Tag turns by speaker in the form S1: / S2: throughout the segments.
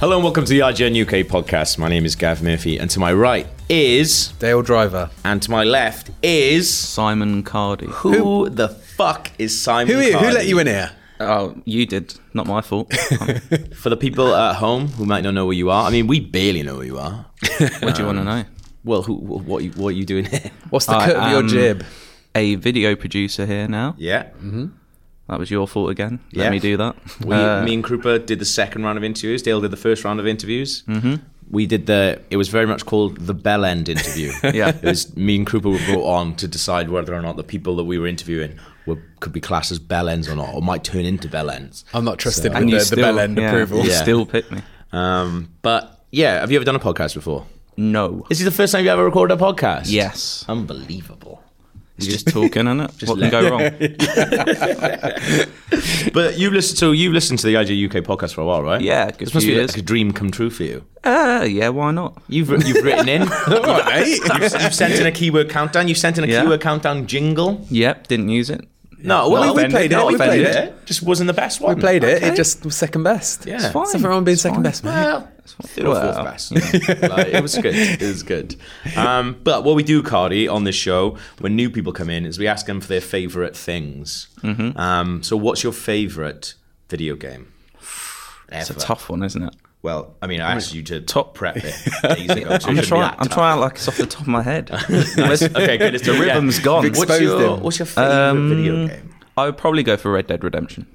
S1: Hello and welcome to the IGN UK podcast. My name is Gav Murphy, and to my right is,
S2: Dale Driver.
S1: and to my left is.
S3: Simon Cardy.
S1: Who, the fuck is Simon?
S2: Who are you? Who
S1: Cardi?
S2: let you in here?
S3: Oh, you did. Not my fault.
S1: For the people at home who might not know where you are, I mean, we barely know where you are.
S3: what do you want to know?
S1: Well, who, wh- what, you, what are you doing here?
S2: What's the
S3: I
S2: cut of your
S3: am-
S2: jib?
S3: A video producer here now.
S1: Yeah,
S3: That was your fault again. Let
S1: Yeah.
S3: me do that.
S1: we,
S3: Uh,
S1: me and Krupa did the second round of interviews. Dale did the first round of interviews. Mm-hmm. We did the. It was very much called the bell end interview.
S3: Yeah.
S1: it was me and Krupa were brought on to decide whether or not the people that we were interviewing were could be classed as bell ends or not, or might turn into bell ends.
S2: I'm not trusted
S1: So-
S2: with
S3: you
S2: the, the bell end
S3: yeah,
S2: approval.
S3: You
S1: Yeah.
S3: still pick me.
S1: Um, but yeah, have you ever done a podcast before?
S3: No.
S1: Is this the first time you've ever recorded a podcast?
S3: Yes.
S1: Unbelievable.
S3: It's just talking, isn't it? what
S1: let-
S3: can go wrong?
S1: But you listen so you've listened to the IG UK podcast for a while, right?
S3: Yeah, a good
S1: This must
S3: few
S1: be
S3: years.
S1: like a dream come true for you.
S3: Uh, yeah, why not?
S1: You've wri- you've written in.
S2: All right.
S1: You've, you've sent in a keyword countdown. You've sent in a
S3: Yeah.
S1: keyword countdown jingle.
S3: Yep, didn't use it.
S1: No,
S2: we- we
S1: offended,
S2: played it,
S1: not
S2: we played
S1: offended. Just wasn't the best one.
S2: we played it.
S1: Okay.
S2: It just was second best.
S1: Yeah.
S3: It's fine.
S2: Something wrong with being second best, mate.
S1: Well, third or fourth
S3: Well,
S1: best. Like, it was good. It was good. Um, but what we do, Cardi, on this show, when new people come in, is we ask them for their favourite things. Um, so, what's your favourite video game?
S3: It's a
S1: Ever.
S3: tough one, isn't it?
S1: Well, I mean, I asked you to top prep it. days ago, so it shouldn't
S3: I'm
S1: be
S3: trying.
S1: that
S3: I'm
S1: tough.
S3: trying like it's off the top of my head.
S1: Nice. Okay, good. It's
S3: the
S1: yeah.
S3: rhythm's gone.
S2: You've
S1: What's
S2: exposed
S1: your,
S2: him.
S1: what's your favourite
S2: Um,
S1: video game?
S3: I would probably go for Red Dead Redemption.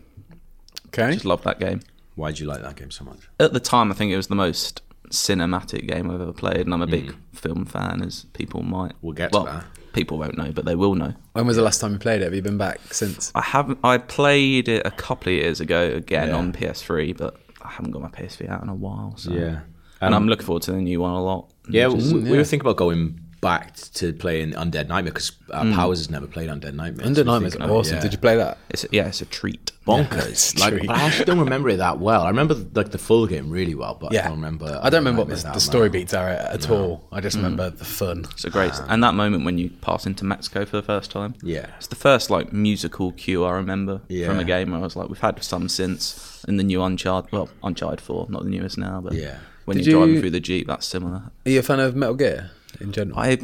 S2: Okay.
S3: Just love that game.
S1: Why do you like that game so much?
S3: at the time, I think it was the most cinematic game I've ever played, and I'm a big film fan, as people might.
S1: Mm. We'll get to
S3: well,
S1: that.
S3: People won't know, but they will know.
S2: When was the last time you played it? Have you been back since?
S3: I haven't. I played it a couple of years ago again on PS3, but I haven't got my PS3 out in a while. So. and I'm looking forward to the new one a lot.
S1: Um, Yeah, we, we were thinking about going back to playing Undead Nightmare because uh, Powers has never played Undead Nightmare.
S2: Under Mm. Nightmare's awesome. Did you play that?
S3: It's yeah, it's a treat.
S1: Bonkers. like,
S2: true.
S1: but I actually don't remember it that well. I remember like the full game really well, but
S2: Yeah.
S1: I don't remember.
S2: I don't remember what
S1: Nightmare
S2: the,
S1: that
S2: the
S1: well.
S2: story beats are at all. I just remember the fun.
S3: It's a great, and that moment when you pass into Mexico for the first time.
S1: Um, Yeah.
S3: it's the first like musical cue I remember
S1: Yeah.
S3: from a game where I was like, we've had some since, and the new Uncharted, well, Uncharted Four, not the newest now, but
S1: Yeah.
S3: when
S2: Did
S3: you're driving
S2: you-
S3: through the jeep, that's similar.
S2: Are you a fan of Metal Gear in general?
S3: I,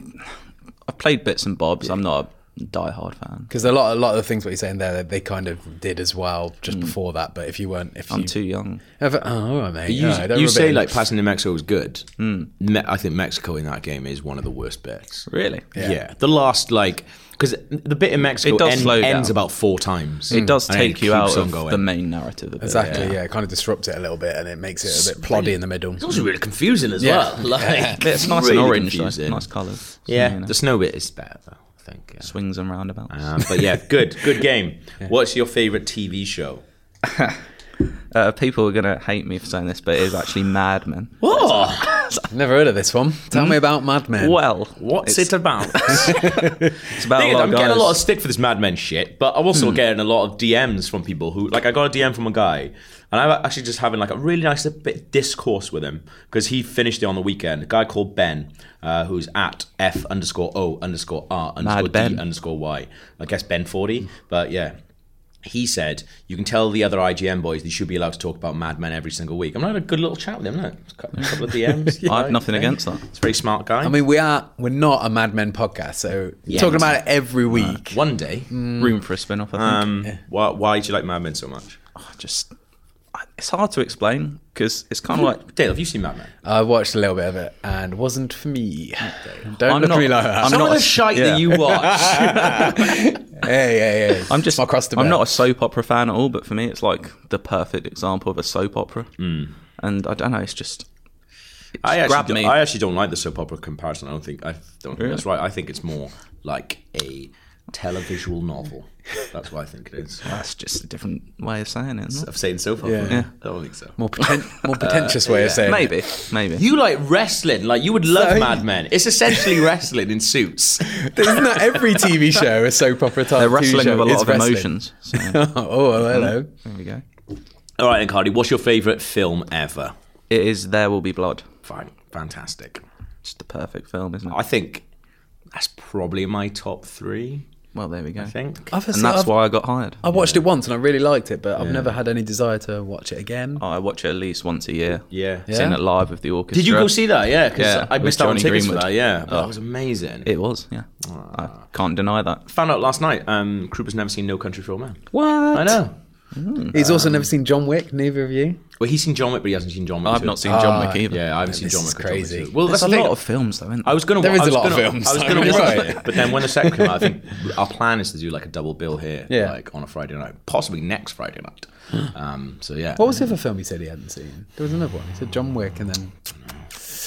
S3: I've played bits and bobs. I'm not a diehard fan.
S2: Because a lot, a lot of the things what you're saying there, they kind of did as well just before that. But if you weren't, if
S3: I'm
S2: you
S3: too young.
S2: ever, oh, all right, mate.
S1: You,
S2: All right, don't
S1: you
S2: rub it Mm.
S1: say
S2: in.
S1: like passing to Mexico was good. Me- I think Mexico in that game is one of the worst bits.
S3: Really,
S1: Yeah, the last like because the bit in Mexico
S3: It does
S1: end-
S3: slow down.
S1: ends about four times.
S3: it does
S1: And then it
S3: take you
S1: Mm. keeps
S3: out
S1: on
S3: of
S1: going.
S3: the main narrative a bit.
S2: Exactly, yeah. It kind of disrupts it a little bit and it makes it a bit ploddy in the middle.
S1: It's also really confusing as
S2: Yeah.
S1: well. Like,
S3: But it's nice
S1: really
S3: and orange, though.
S1: confusing.
S3: nice colours. So,
S1: Yeah,
S3: you know,
S1: the snow bit is better though. I think. Yeah.
S3: swings and roundabouts.
S1: Um, but yeah, good, good game. What's your favorite TV show?
S3: Uh, people are gonna hate me for saying this, but it is actually Mad Men.
S1: Oh,
S2: Never heard of this one. Tell me about Mad Men.
S3: Well,
S1: what's
S3: it's,
S1: it about?
S3: It's about
S1: Thing
S3: a
S1: is,
S3: lot
S1: I'm
S3: of guys. Hmm.
S1: getting a lot of stick for this Mad Men shit, but I'm also getting a lot of DMs from people who, like, I got a DM from a guy, and I'm actually just having like a really nice bit of discourse with him because he finished it on the weekend. A guy called Ben, uh, who's at F underscore O underscore R underscore D
S3: Ben.
S1: underscore Y. I guess Ben forty, but yeah. He said, "You can tell the other IGN boys they should be allowed to talk about Mad Men every single week." I'm having a good little chat with him. Look, a couple of DMs.
S3: I have
S1: like,
S3: nothing
S1: yeah.
S3: against that.
S1: He's a very smart guy.
S2: I mean, we are we're not a Mad Men podcast, so talking about it every week.
S1: one day,
S3: Room for a spin off, I think.
S1: um, why, why do you like Mad Men so much?
S3: I Um, just, I- it's hard to explain because it's kind of like.
S1: Dale, have you seen Mad Men?
S2: I watched a little bit of it and wasn't for me. Don't
S3: I'm
S2: look
S3: not-
S2: at me like that.
S3: I'm not- a- yeah.
S1: watch.
S2: hey, hey, hey.
S3: I'm just.
S2: my crust a
S3: I'm
S2: bit.
S3: not a soap opera fan at all, but for me, it's like the perfect example of a soap opera.
S1: Hmm.
S3: Mm. And I don't know. It's just. It
S1: I
S3: just
S1: actually,
S3: grabbed
S1: don't,
S3: me.
S1: I actually don't like the soap opera comparison. I don't think I don't think that's right. I think it's more like a televisual novel. That's what I think it is.
S3: That's just a different way of saying it. Isn't it?
S1: I've seen so far.
S2: Yeah.
S3: Yeah.
S1: I don't think so.
S2: More, potent- more pretentious way of saying it.
S3: uh, Maybe, maybe.
S1: You like wrestling? Like you would love
S2: Sorry.
S1: Mad Men. It's essentially wrestling in suits.
S2: Isn't that every TV show? A soap opera type
S3: They're
S2: TV
S3: wrestling
S2: show
S3: with a lot
S2: is
S3: of
S2: wrestling.
S3: emotions. So, there
S2: oh, well, hello.
S3: we go.
S1: All right, then, Cardi, what's your favourite film ever?
S3: It is There Will Be Blood.
S1: Fine, fantastic.
S3: Just the perfect film, isn't it?
S1: I think that's probably my top three.
S3: well, there we go.
S1: I think.
S2: I've,
S3: And that's
S2: I've-
S3: why I got hired.
S2: I watched it once and I really liked it, but I've never had any desire to watch it again.
S3: I watch it at least once a year.
S1: Yeah.
S2: Yeah.
S3: Seen it live with the orchestra.
S1: Did you go see that? Yeah, because
S3: Yeah,
S1: I
S3: with
S1: missed out on
S3: Johnny
S1: tickets for
S3: Greenwood.
S1: that. Yeah, but that was amazing.
S3: It was, yeah. I
S1: Ah.
S3: can't deny that.
S1: Found out last night. Um, Krupa's never seen No Country for Old Men.
S2: What?
S1: I know.
S2: He's also never seen John Wick. Neither of you.
S1: Well, he's seen John Wick, but he hasn't seen John Wick.
S3: I've
S1: too.
S3: not seen John
S2: Ah,
S3: Wick either.
S1: Yeah, I haven't seen
S2: This
S1: John
S2: is
S1: Wick. John Wick
S2: crazy.
S1: too. Well,
S3: There's
S1: that's
S3: a
S1: the
S3: lot
S1: thing.
S3: of films, though, isn't
S1: I was gonna.
S2: There is
S1: I was
S2: a lot of
S1: gonna-
S2: films.
S1: I was
S2: I
S1: gonna
S2: mean,
S1: watch
S2: right.
S1: it, but then when the second came out, I think our plan is to do like a double bill here,
S2: Yeah.
S1: like on a Friday night, possibly next Friday night. Um, so yeah,
S2: What was the other film he said he hadn't seen? There was another one. He said John Wick, and then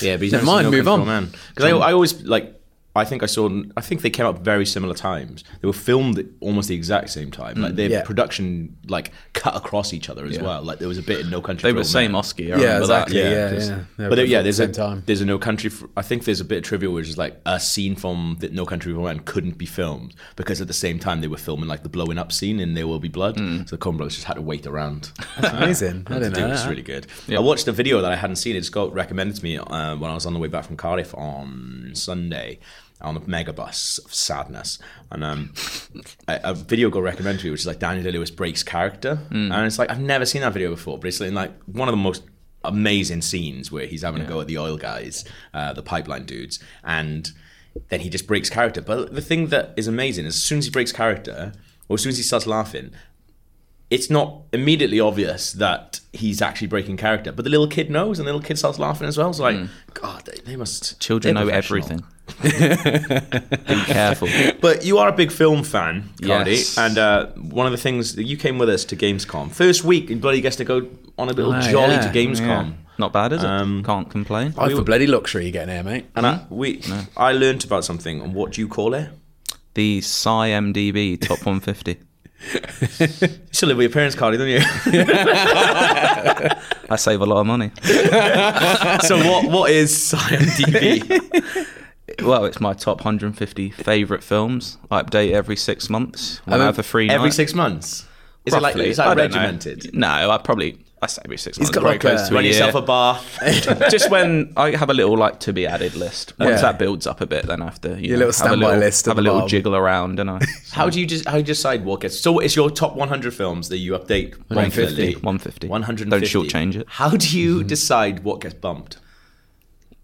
S1: yeah, but he's never
S2: Never mind,
S1: seen
S2: move
S1: no
S2: on.
S1: Because I, I always like. I think I saw. I think they came out very similar times. They were filmed at almost the exact same time. Like their
S2: Mm, yeah.
S1: production, like cut across each other as well. Like there was a bit in No Country.
S3: They
S1: for
S3: were
S1: Old
S3: the same
S1: Men.
S3: Oscar. I
S2: yeah,
S3: remember
S2: exactly.
S3: That.
S2: Yeah,
S1: yeah,
S2: yeah.
S1: just-
S2: They were
S1: But there-
S2: both
S1: yeah,
S2: at the
S1: there's
S2: same
S1: a
S2: time.
S1: there's a No Country. For, I think there's a bit of trivia which is like a scene from the No Country for Old Men couldn't be filmed because at the same time they were filming like the blowing up scene in There Will Be Blood.
S2: Mm.
S1: So the Cornblows just had to wait around.
S2: That's amazing. I
S1: to
S2: don't
S1: do
S2: know.
S1: it. It's
S2: that.
S1: really good. I watched a video that I hadn't seen. It just got recommended to me uh, when I was on the way back from Cardiff on Sunday on the megabus of sadness. And um, a, a video got recommended to me, which is like Daniel Day Lewis breaks character.
S2: Mm.
S1: And it's like, I've never seen that video before, but it's in like one of the most amazing scenes where he's having a go at the oil guys, uh, the pipeline dudes. And then he just breaks character. But the thing that is amazing is as soon as he breaks character, or as soon as he starts laughing, it's not immediately obvious that he's actually breaking character, but the little kid knows, and the little kid starts laughing as well. It's like, God, they, they must.
S3: Hmm. Children
S1: they're
S3: know
S1: professional.
S3: everything. Be careful.
S1: But you are a big film fan, Cardi,
S3: Yes.
S1: and uh, one of the things that you came with us to Gamescom first week, and bloody gets to go on a little
S2: Ah,
S1: jolly
S2: yeah,
S1: to Gamescom.
S3: Not bad, is it?
S1: Um,
S3: Can't complain. Hmm?
S2: I have a bloody luxury you get here, mate.
S3: Oh,
S1: And I, we, I learned about something. And what do you call it?
S3: The SciMDB top 150.
S1: You still live with your parents, Cardi, don't you?
S3: I save a lot of money.
S1: so what? What is IMDb?
S3: Well, it's my top 150 favourite films. I update every six months. When I
S2: mean,
S3: have a free
S1: Every
S3: night.
S1: six months. Is it
S3: Roughly.
S1: like is that
S3: I don't know.
S1: regimented?
S3: No, I probably I say every six months.
S2: got
S3: very
S2: like
S3: close
S2: a-
S3: to a
S1: Run yourself
S3: year.
S1: a bar.
S3: Just when I have a little like to be added list. Once
S2: Yeah.
S3: that builds up a bit, then I have to you
S2: Your little
S3: know, have a
S2: standby
S3: little,
S2: list at
S3: Have a
S2: the
S3: little
S2: bottom.
S3: jiggle around, and I
S1: How do you just how do you decide what gets? So it's your top 100 films that you update
S2: 150.
S3: 150.
S1: 150.
S3: Don't shortchange it. Mm-hmm.
S1: How do you decide what gets bumped?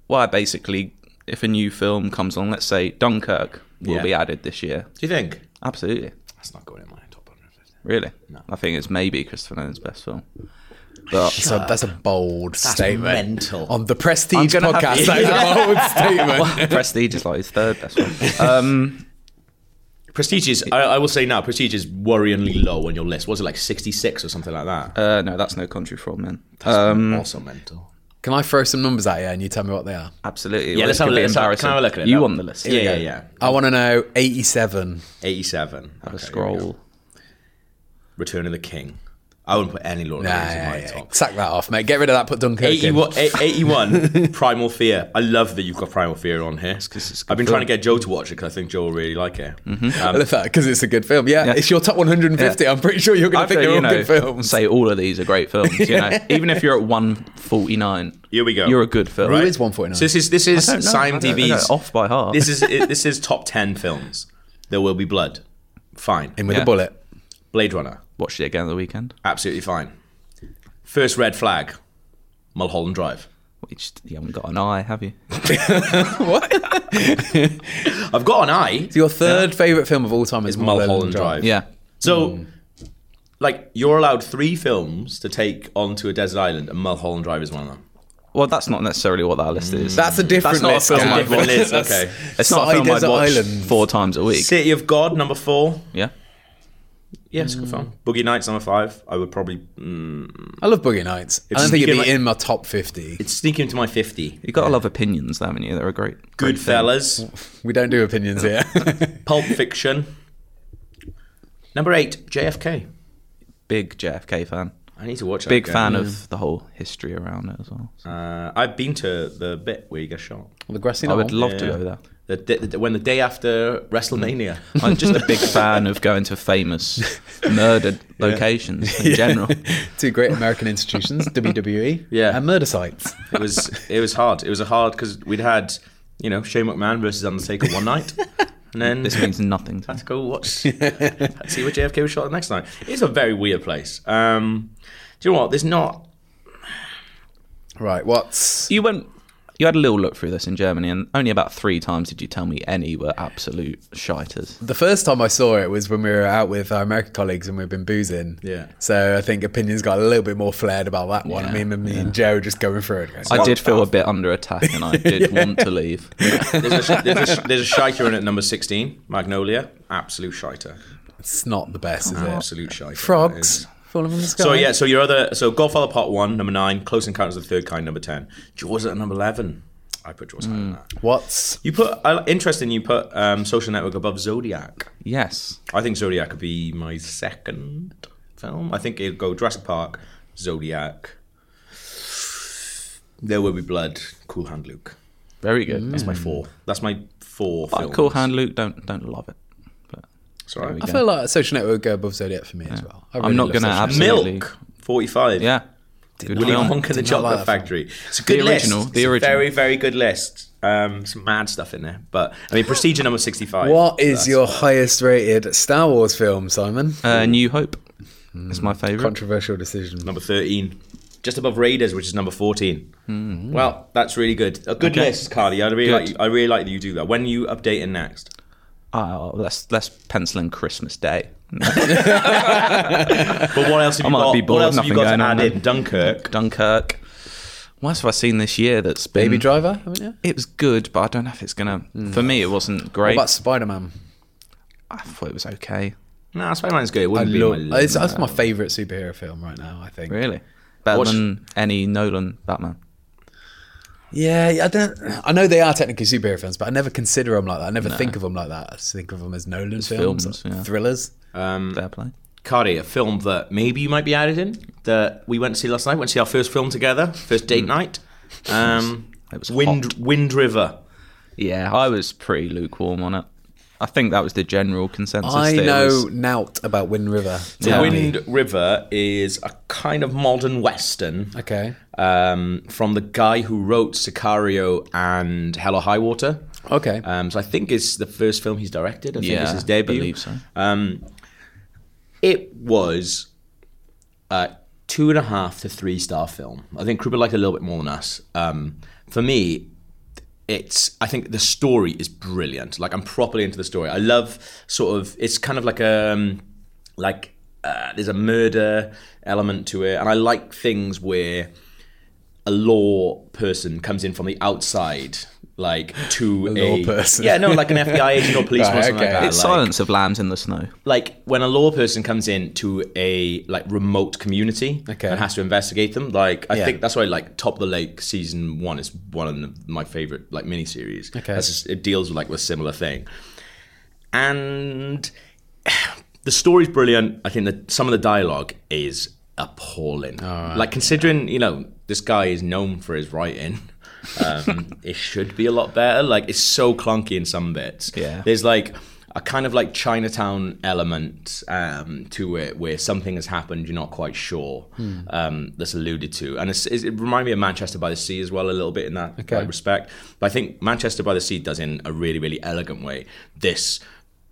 S3: Well, I basically, if a new film comes on, let's say Dunkirk will
S1: Yeah.
S3: be added this year.
S1: Do you think
S3: Absolutely,
S1: that's not going in my top 150?
S3: really. I think it's maybe Christopher Nolan's best film. But
S2: So that's a bold statement.
S1: mental.
S2: On the Prestige
S3: I'm gonna have-
S2: podcast, that is a bold statement.
S3: Prestige is like his third best film. Um,
S1: Prestige is I, I will say now Prestige is worryingly low on your list. Was it like 66 or something like that?
S3: uh, no, that's No Country for Old Men.
S1: That's
S3: Um,
S1: also mental.
S2: Can I throw some numbers at you and you tell me what they are?
S3: Absolutely.
S1: Yeah,
S3: Well,
S1: let's
S3: it
S1: have a
S3: could be
S1: look. Let's have-
S3: embarrassing.
S1: Can I have a look at it?
S3: You
S1: now?
S3: on the list?
S1: Yeah, yeah, yeah.
S2: I want to know 87.
S1: 87. Have
S3: A scroll.
S1: Return of the King. I wouldn't put any Lord of
S2: Nah,
S1: the Rings in
S2: yeah,
S1: my
S2: yeah.
S1: top.
S2: sack that off, mate. Get rid of that. Put Dunkirk in.
S1: 81, eh, 81 Primal Fear. I love that you've got Primal Fear on here.
S3: 'cause it's a good Mm-hmm.
S1: I've been
S3: film.
S1: trying to get Joe to watch it because I think Joe will really like it. Um,
S2: I love that because it's a good film. Yeah, it's your top 150. I'm pretty sure you're going to
S3: I've
S2: think they're
S3: you
S2: all
S3: know,
S2: good films.
S3: say all of these are great films. You know, even if you're at one forty nine,
S1: Here we go.
S3: You're a good film.
S2: Who is 149?
S1: So this is this is
S3: I don't know. I don't- I don't know.
S1: SimDb's
S3: off by half.
S1: This is it- this is top ten films. There will be blood. Fine.
S2: in with
S3: Yeah.
S2: a bullet.
S1: Blade Runner.
S3: Watched it again at the weekend.
S1: Absolutely fine. First red flag. Mulholland Drive.
S3: Which you haven't got an eye, have you?
S1: I've got an eye.
S2: So your third favorite film of all time is
S1: Mulholland Drive.
S3: Yeah. Hmm.
S1: So, like, you're allowed three films to take onto a desert island, and Mulholland Drive is one of them.
S3: Well, that's not necessarily what that list is.
S2: That's a different
S3: That's
S2: list.
S3: not a
S2: Oh
S3: film
S2: guys.
S3: I've
S1: Different list.
S2: That's-
S1: Okay.
S3: it's not a
S2: Side
S3: film I'd
S2: Desert
S3: watch
S2: Island.
S3: four times a week.
S1: City of God, number four.
S3: Yeah.
S1: Yeah, it's a good film. Boogie Nights, number five. I would probably. mm,
S2: I love Boogie Nights. I don't think it'd be in my top 50.
S1: It's sneaking into my 50.
S3: You got a lot of opinions, though, haven't you? They're a great. great film.
S1: Goodfellas,
S2: We don't do opinions here.
S1: Pulp Fiction, Number eight, JFK.
S3: Big JFK fan.
S1: I need to watch. that
S3: Big
S1: again.
S3: fan of the whole history around it as well. So
S1: Uh, I've been to the bit where you get shot.
S2: Well, the grassy
S3: I would
S2: knoll.
S3: love to
S1: Yeah.
S3: go there.
S1: The, day- the, when the day after WrestleMania.
S3: I'm just a big fan of going to famous murdered locations in general.
S2: Two great American institutions, WWE
S1: Yeah.
S2: and murder sites.
S1: it was it was hard. It was a hard because we'd had you know Shane McMahon versus Undertaker one night, and then
S3: This means nothing to me.
S1: let's go watch see what JFK was shot the next night. It's a very weird place. Um, do you know what? There's not.
S2: Right, what's
S3: You went. You had a little look through this in Germany, and only about three times did you tell me any were absolute shiters.
S2: the first time I saw it was when we were out with our American colleagues and we've been boozing.
S1: Yeah.
S2: So I think opinions got a little bit more flared about that one. I
S3: Yeah,
S2: mean, me and Joe just going through it. Going,
S3: I did
S2: uh,
S3: feel a bit under attack, and I did want to leave.
S1: There's a, there's a, there's a shiter in at number sixteen, Magnolia. Absolute shiter.
S2: It's not the best, is it?
S1: Absolute shiter. that is.
S2: Frogs falling from the sky.
S1: So yeah, so your other so Godfather Part One, number nine, Close Encounters of the Third Kind, number ten, Jaws at number eleven. I put Jaws higher than that.
S2: What's
S1: You put I- interesting. You put um, Social Network above Zodiac.
S3: Yes,
S1: I think Zodiac would be my second film. I think it'd go Jurassic Park, Zodiac. There will be blood. Cool Hand Luke.
S3: very good. That's
S1: That's
S2: Mm.
S1: my four. That's my four.
S3: But
S1: films.
S3: Hmm. Cool Hand Luke, don't don't love it. But
S1: Sorry.
S3: we
S2: I
S3: go.
S2: feel like social network would go above Zodiac for me as well. I
S3: I'm not
S2: love
S3: gonna
S2: Social
S3: abs-
S2: Network.
S3: Absolutely.
S1: Milk. Forty-five.
S3: yeah, good
S1: Willy
S3: film.
S1: Wonka and the
S2: Did not like
S1: Chocolate
S2: that film.
S1: Factory. It's a good
S3: original,
S1: list.
S3: the
S1: It's a
S3: original.
S1: very very good list. Um, some mad stuff in there, but I mean, Procedure number sixty-five.
S2: What is your highest rated Star Wars film, Mm. Simon?
S3: Uh, New Hope is my favorite.
S2: Controversial decision.
S1: number 13 just above raiders which is number 14 well that's really good a Hmm. good
S3: Okay.
S1: list carly i really
S3: Good.
S1: like i really like that you do that when are you updating next
S3: Oh, let's let's pencil in Christmas Day.
S1: but what else have
S3: I
S1: you
S3: might
S1: got
S3: be
S1: what
S3: bored,
S1: else have you
S3: nothing
S1: got to
S3: going
S1: add
S3: on
S1: in
S3: then.
S1: dunkirk
S3: Dunkirk. What else have I seen this year that's been?
S2: Baby Driver, haven't you?
S3: It was good, but I don't know if it's gonna. For me, it wasn't
S2: What
S3: great.
S2: about Spider Man?
S3: I thought it was okay.
S1: nah spider-man's good it wouldn't be my list.
S2: It's that's my favourite superhero film right now, I think.
S3: Really, better
S1: Watch-
S3: than any Nolan Batman.
S2: Yeah, I don't. I know they are technically superhero films, but I never consider them like that. I never think of them like that. I just think of them as Nolan films,
S3: films, yeah.
S2: thrillers.
S3: Fair play.
S1: carly a film that maybe you might be added in that we went to see last night went to see our first film together first date night um
S3: Hmm. It was
S1: wind wind river
S3: Yeah, I was pretty lukewarm on it. I think that was the general consensus.
S2: I
S3: that it
S2: know
S3: was-
S2: Nout about Wind River.
S3: Yeah.
S1: wind river is a kind of modern western
S2: Okay.
S1: um, from the guy who wrote Sicario and Hell or High Water.
S2: Okay.
S1: Um, so I think it's the first film he's directed. I think
S3: Yeah,
S1: it's his debut.
S3: I believe so.
S1: Um, it was a two and a half to three star film. I think Kruber liked it a little bit more than us. Um, for me, it's I think the story is brilliant. Like I'm properly into the story. I love sort of it's kind of like a um, like uh, there's a murder element to it, and I like things where a law person comes in from the outside, like to a,
S2: law person.
S1: Yeah, no, like an FBI agent or policeman or
S2: Right,
S1: something
S2: okay.
S1: like that.
S3: It's
S1: like-
S3: Silence of Lambs in the Snow.
S1: like when a law person comes in to a like remote community
S2: Okay.
S1: and has to investigate them like i
S2: Yeah.
S1: think that's why like top of the lake season one is one of the- my favorite like miniseries
S2: Okay.
S1: That's just- it deals with like with a similar thing and the story's brilliant i think that some of the dialogue is appalling like considering you know this guy is known for his writing um, it should be a lot better like it's so clunky in some bits
S3: Yeah.
S1: there's like a kind of like Chinatown element um, to it where something has happened you're not quite sure um, that's alluded to. And it's, it's, it reminded me of Manchester by the Sea as well a little bit in that like, respect. But I think Manchester by the Sea does it in a really, really elegant way. This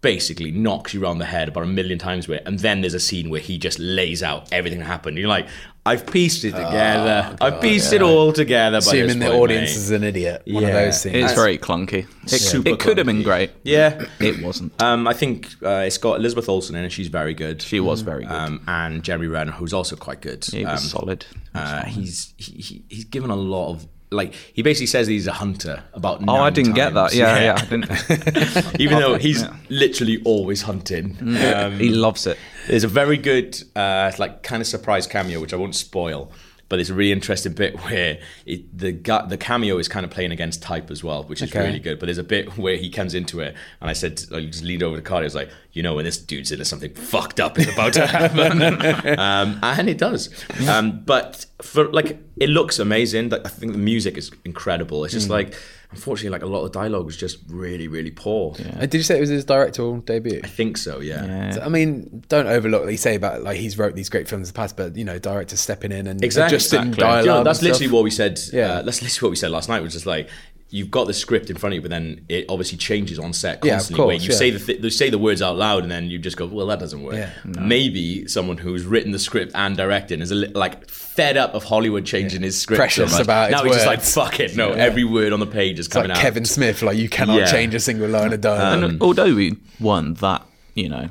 S1: basically knocks you around the head about a million times with it. And then there's a scene where he just lays out everything that happened. You're like, I've pieced it together.
S3: Oh,
S1: I've pieced it all together. by this
S2: Assuming the
S1: point,
S2: audience
S1: mate."
S2: is an idiot. One of
S1: Yeah.
S2: those things.
S3: It's very clunky. It,
S1: super
S3: It could have been
S1: clunky.
S3: great.
S1: Yeah.
S3: It wasn't.
S1: Um, I think uh, it's got Elizabeth Olsen in it. She's very good.
S3: She was very good.
S1: Um, and Jeremy Renner, who's also quite good.
S3: it was
S1: Um,
S3: solid.
S1: uh, he's he, he, he's given a lot of like he basically says he's a hunter about.
S3: Oh, I
S1: nine
S3: didn't get that.
S1: times.
S3: Yeah, yeah. I didn't.
S1: Even though he's
S3: Yeah. Mm.
S1: literally always hunting. Um,
S3: he loves it.
S1: there's a very good uh, like kind of surprise cameo which I won't spoil. But there's a really interesting bit where it, the gu- the cameo is kind of playing against type as well, which is
S2: Okay.
S1: really good. But there's a bit where he comes into it, and I said, I just leaned over to Carly. I was like, you know, when this dude's into something fucked up, it's about to happen, um, and it does. Um, but for like, it looks amazing. Like, I think the music is incredible. It's just like, unfortunately, like a lot of the dialogue was just really, really poor.
S2: Uh, Did you say it was his directorial debut?
S1: I think so. yeah.
S3: Yeah.
S2: So, I mean, don't overlook what you say about like he's wrote these great films in the past, but you know, directors stepping in and
S1: exactly.
S2: adjusting
S1: exactly.
S2: dialogue.
S1: Yeah,
S2: and
S1: that's
S2: stuff.
S1: literally what we said. Yeah,
S2: Yeah.
S1: that's literally what we said last night. Which is like, you've got the script in front of you, but then it obviously changes on set
S2: Yeah, of
S1: constantly. where
S2: course,
S1: you
S2: yeah.
S1: say the th- you say the words out loud, and then you just go, "Well, that doesn't work."
S2: Yeah.
S1: Maybe someone who's written the script and directing is a li- like fed up of Hollywood changing his script.
S2: Precious
S1: so much.
S2: about
S1: now
S2: its
S1: he's just like,
S2: words.
S1: "Fuck it, no." Every word on the page is
S2: It's
S1: coming
S2: like
S1: out.
S2: Kevin Smith, like you cannot
S1: Yeah.
S2: change a single line of dialogue.
S3: And although we won that, you know,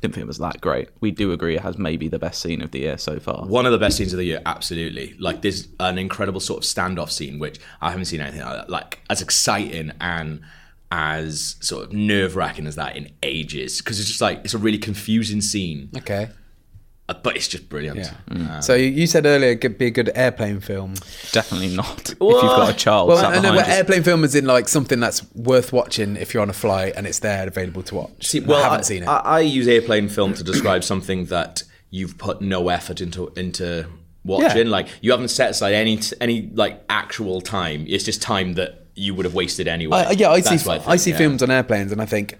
S3: didn't think it was that great. We do agree it has maybe the best scene of the year so far.
S1: One of the best scenes of the year, absolutely. Like this, an incredible sort of standoff scene, which I haven't seen anything like that. Like as exciting and as sort of nerve wracking as that in ages, because it's just like it's a really confusing scene,
S2: okay.
S1: uh, but it's just brilliant. Uh,
S2: Yeah. Mm. So you, you said earlier it could be a good airplane film.
S3: Definitely not. if you've got a child
S2: Well,
S3: sat
S2: I know
S3: behind
S2: but
S3: you.
S2: airplane film is in like something that's worth watching if you're on a flight and it's there available to watch.
S1: See,
S2: And
S1: well,
S2: I haven't seen it.
S1: I, I use airplane film to describe something that you've put no effort into into watching. Like you haven't set aside any any like actual time. It's just time that you would have wasted anyway.
S2: I, yeah, I see.
S1: That's what
S2: I
S1: think,
S2: see
S1: yeah.
S2: films on airplanes, and I think,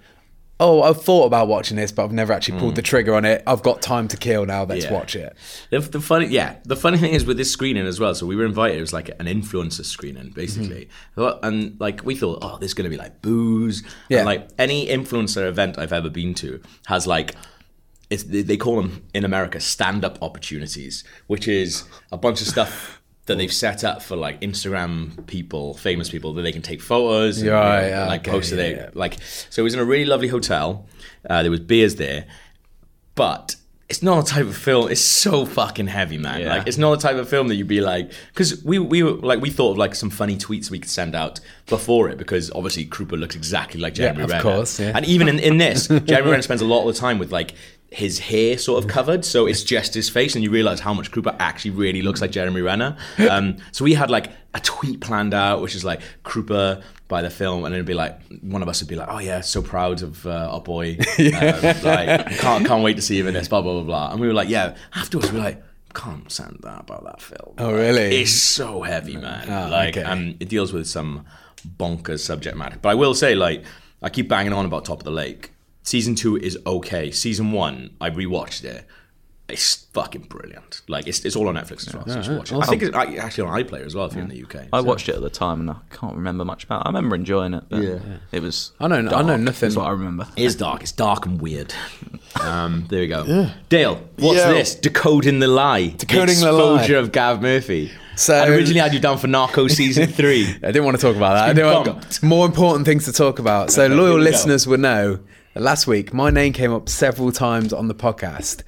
S2: oh, I've thought about watching this, but I've never actually pulled the trigger on it. I've got time to kill now. Let's
S1: Hmm. Yeah.
S2: watch it.
S1: The, the funny, yeah, the funny thing is with this screening as well. So we were invited; it was like an influencer screening, basically.
S2: Mm-hmm.
S1: Well, And like we thought, oh, there's going to be like booze.
S2: Yeah.
S1: And, like any influencer event I've ever been to has like, it's, they they call them in America stand-up opportunities, which is a bunch of stuff. That they've set up for like Instagram people, famous people, that they can take photos, and,
S2: Yeah,
S1: you know,
S2: yeah,
S1: like
S2: okay,
S1: post it.
S2: yeah,
S1: they-
S2: yeah.
S1: Like, so it was in a really lovely hotel. Uh, there was beers there, but it's not a type of film. It's so fucking heavy, man.
S3: Yeah.
S1: Like it's not the type of film that you'd be like, because we we were, like we thought of like some funny tweets we could send out before it, because obviously Krupa looks exactly like Jeremy
S2: of
S1: Renner.
S2: course, yeah.
S1: And even in, in this, Jeremy Renner spends a lot of the time with like his hair sort of covered, so it's just his face, and you realize how much Krupa actually really looks like Jeremy Renner. Um, so we had like a tweet planned out, which is like Krupa by the film, and it'd be like one of us would be like, "Oh yeah, so proud of uh, our boy, um, like can't can't wait to see him in this." Blah blah blah blah. And we were like, "Yeah." Afterwards, we were like. Can't send that about that film.
S2: Oh, really?
S1: It's so heavy, man. like,
S2: okay.
S1: um, it deals with some bonkers subject matter. But I will say, like, I keep banging on about Top of the Lake. Season two is okay. Season one, I rewatched it. It's fucking brilliant. Like, it's, it's all on Netflix as well. so you should watch it. I think it's I- actually on iPlayer as well if you're in the UK.
S3: I
S1: so.
S3: watched it at the time and I can't remember much about. it. I remember enjoying it, but it was.
S2: I know- I know
S3: dark,
S2: nothing.
S3: Is what I remember.
S1: It is dark. It's dark and weird. Um, there we go. Dale, what's
S2: Yo.
S1: this? Decoding the lie.
S2: Decoding the lie.
S1: Exposure of Gav Murphy.
S2: So-
S1: I originally had you down for Narco season three.
S2: I didn't want to talk about that. I
S1: It's been
S2: knew I've
S1: bumped.
S2: got more important things to talk about. So
S1: here
S2: loyal
S1: we go.
S2: listeners will know. that Last week, my name came up several times on the podcast,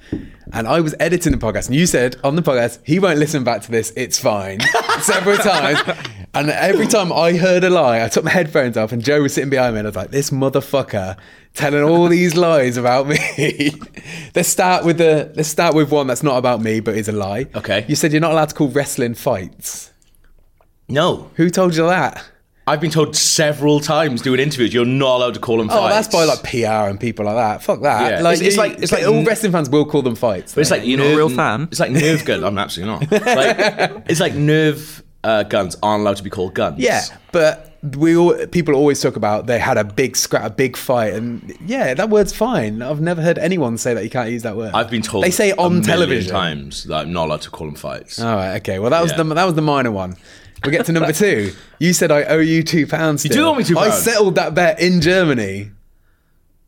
S2: and I was editing the podcast. And you said on the podcast, "He won't listen back to this. It's fine." several times, and every time I heard a lie, I took my headphones off, and Joe was sitting behind me, and I was like, "This motherfucker telling all these lies about me." let's start with the let's start with one that's not about me, but is a lie.
S1: Okay.
S2: You said you're not allowed to call wrestling fights.
S1: No,
S2: Who told you that?
S1: I've been told several times doing interviews you're not allowed to call them
S2: Oh,
S1: fights.
S2: that's by like PR and people like that. Fuck that.
S1: Yeah.
S2: Like,
S1: It's- it's
S2: you-
S1: like- it's
S2: but
S1: like-
S2: all wrestling fans will call them fights.
S1: But it's like
S3: You're not a
S1: nerve-
S3: real fan?
S1: It's like nerve gun. I'm absolutely not. Like, it's like nerve uh, guns aren't allowed to be called guns.
S2: yeah, but we all people always talk about they had a big scrap, a big fight, and yeah, that word's fine. I've never heard anyone say that you can't use that word.
S1: I've been told
S2: they say
S1: a
S2: on
S1: million
S2: television.
S1: times that I'm not allowed to call them fights.
S2: All right, okay. Well, that was
S1: Yeah.
S2: the that was the minor one. We get to number two. You said I owe you two pounds. You
S1: do owe me two
S2: I
S1: pounds.
S2: settled that bet in Germany.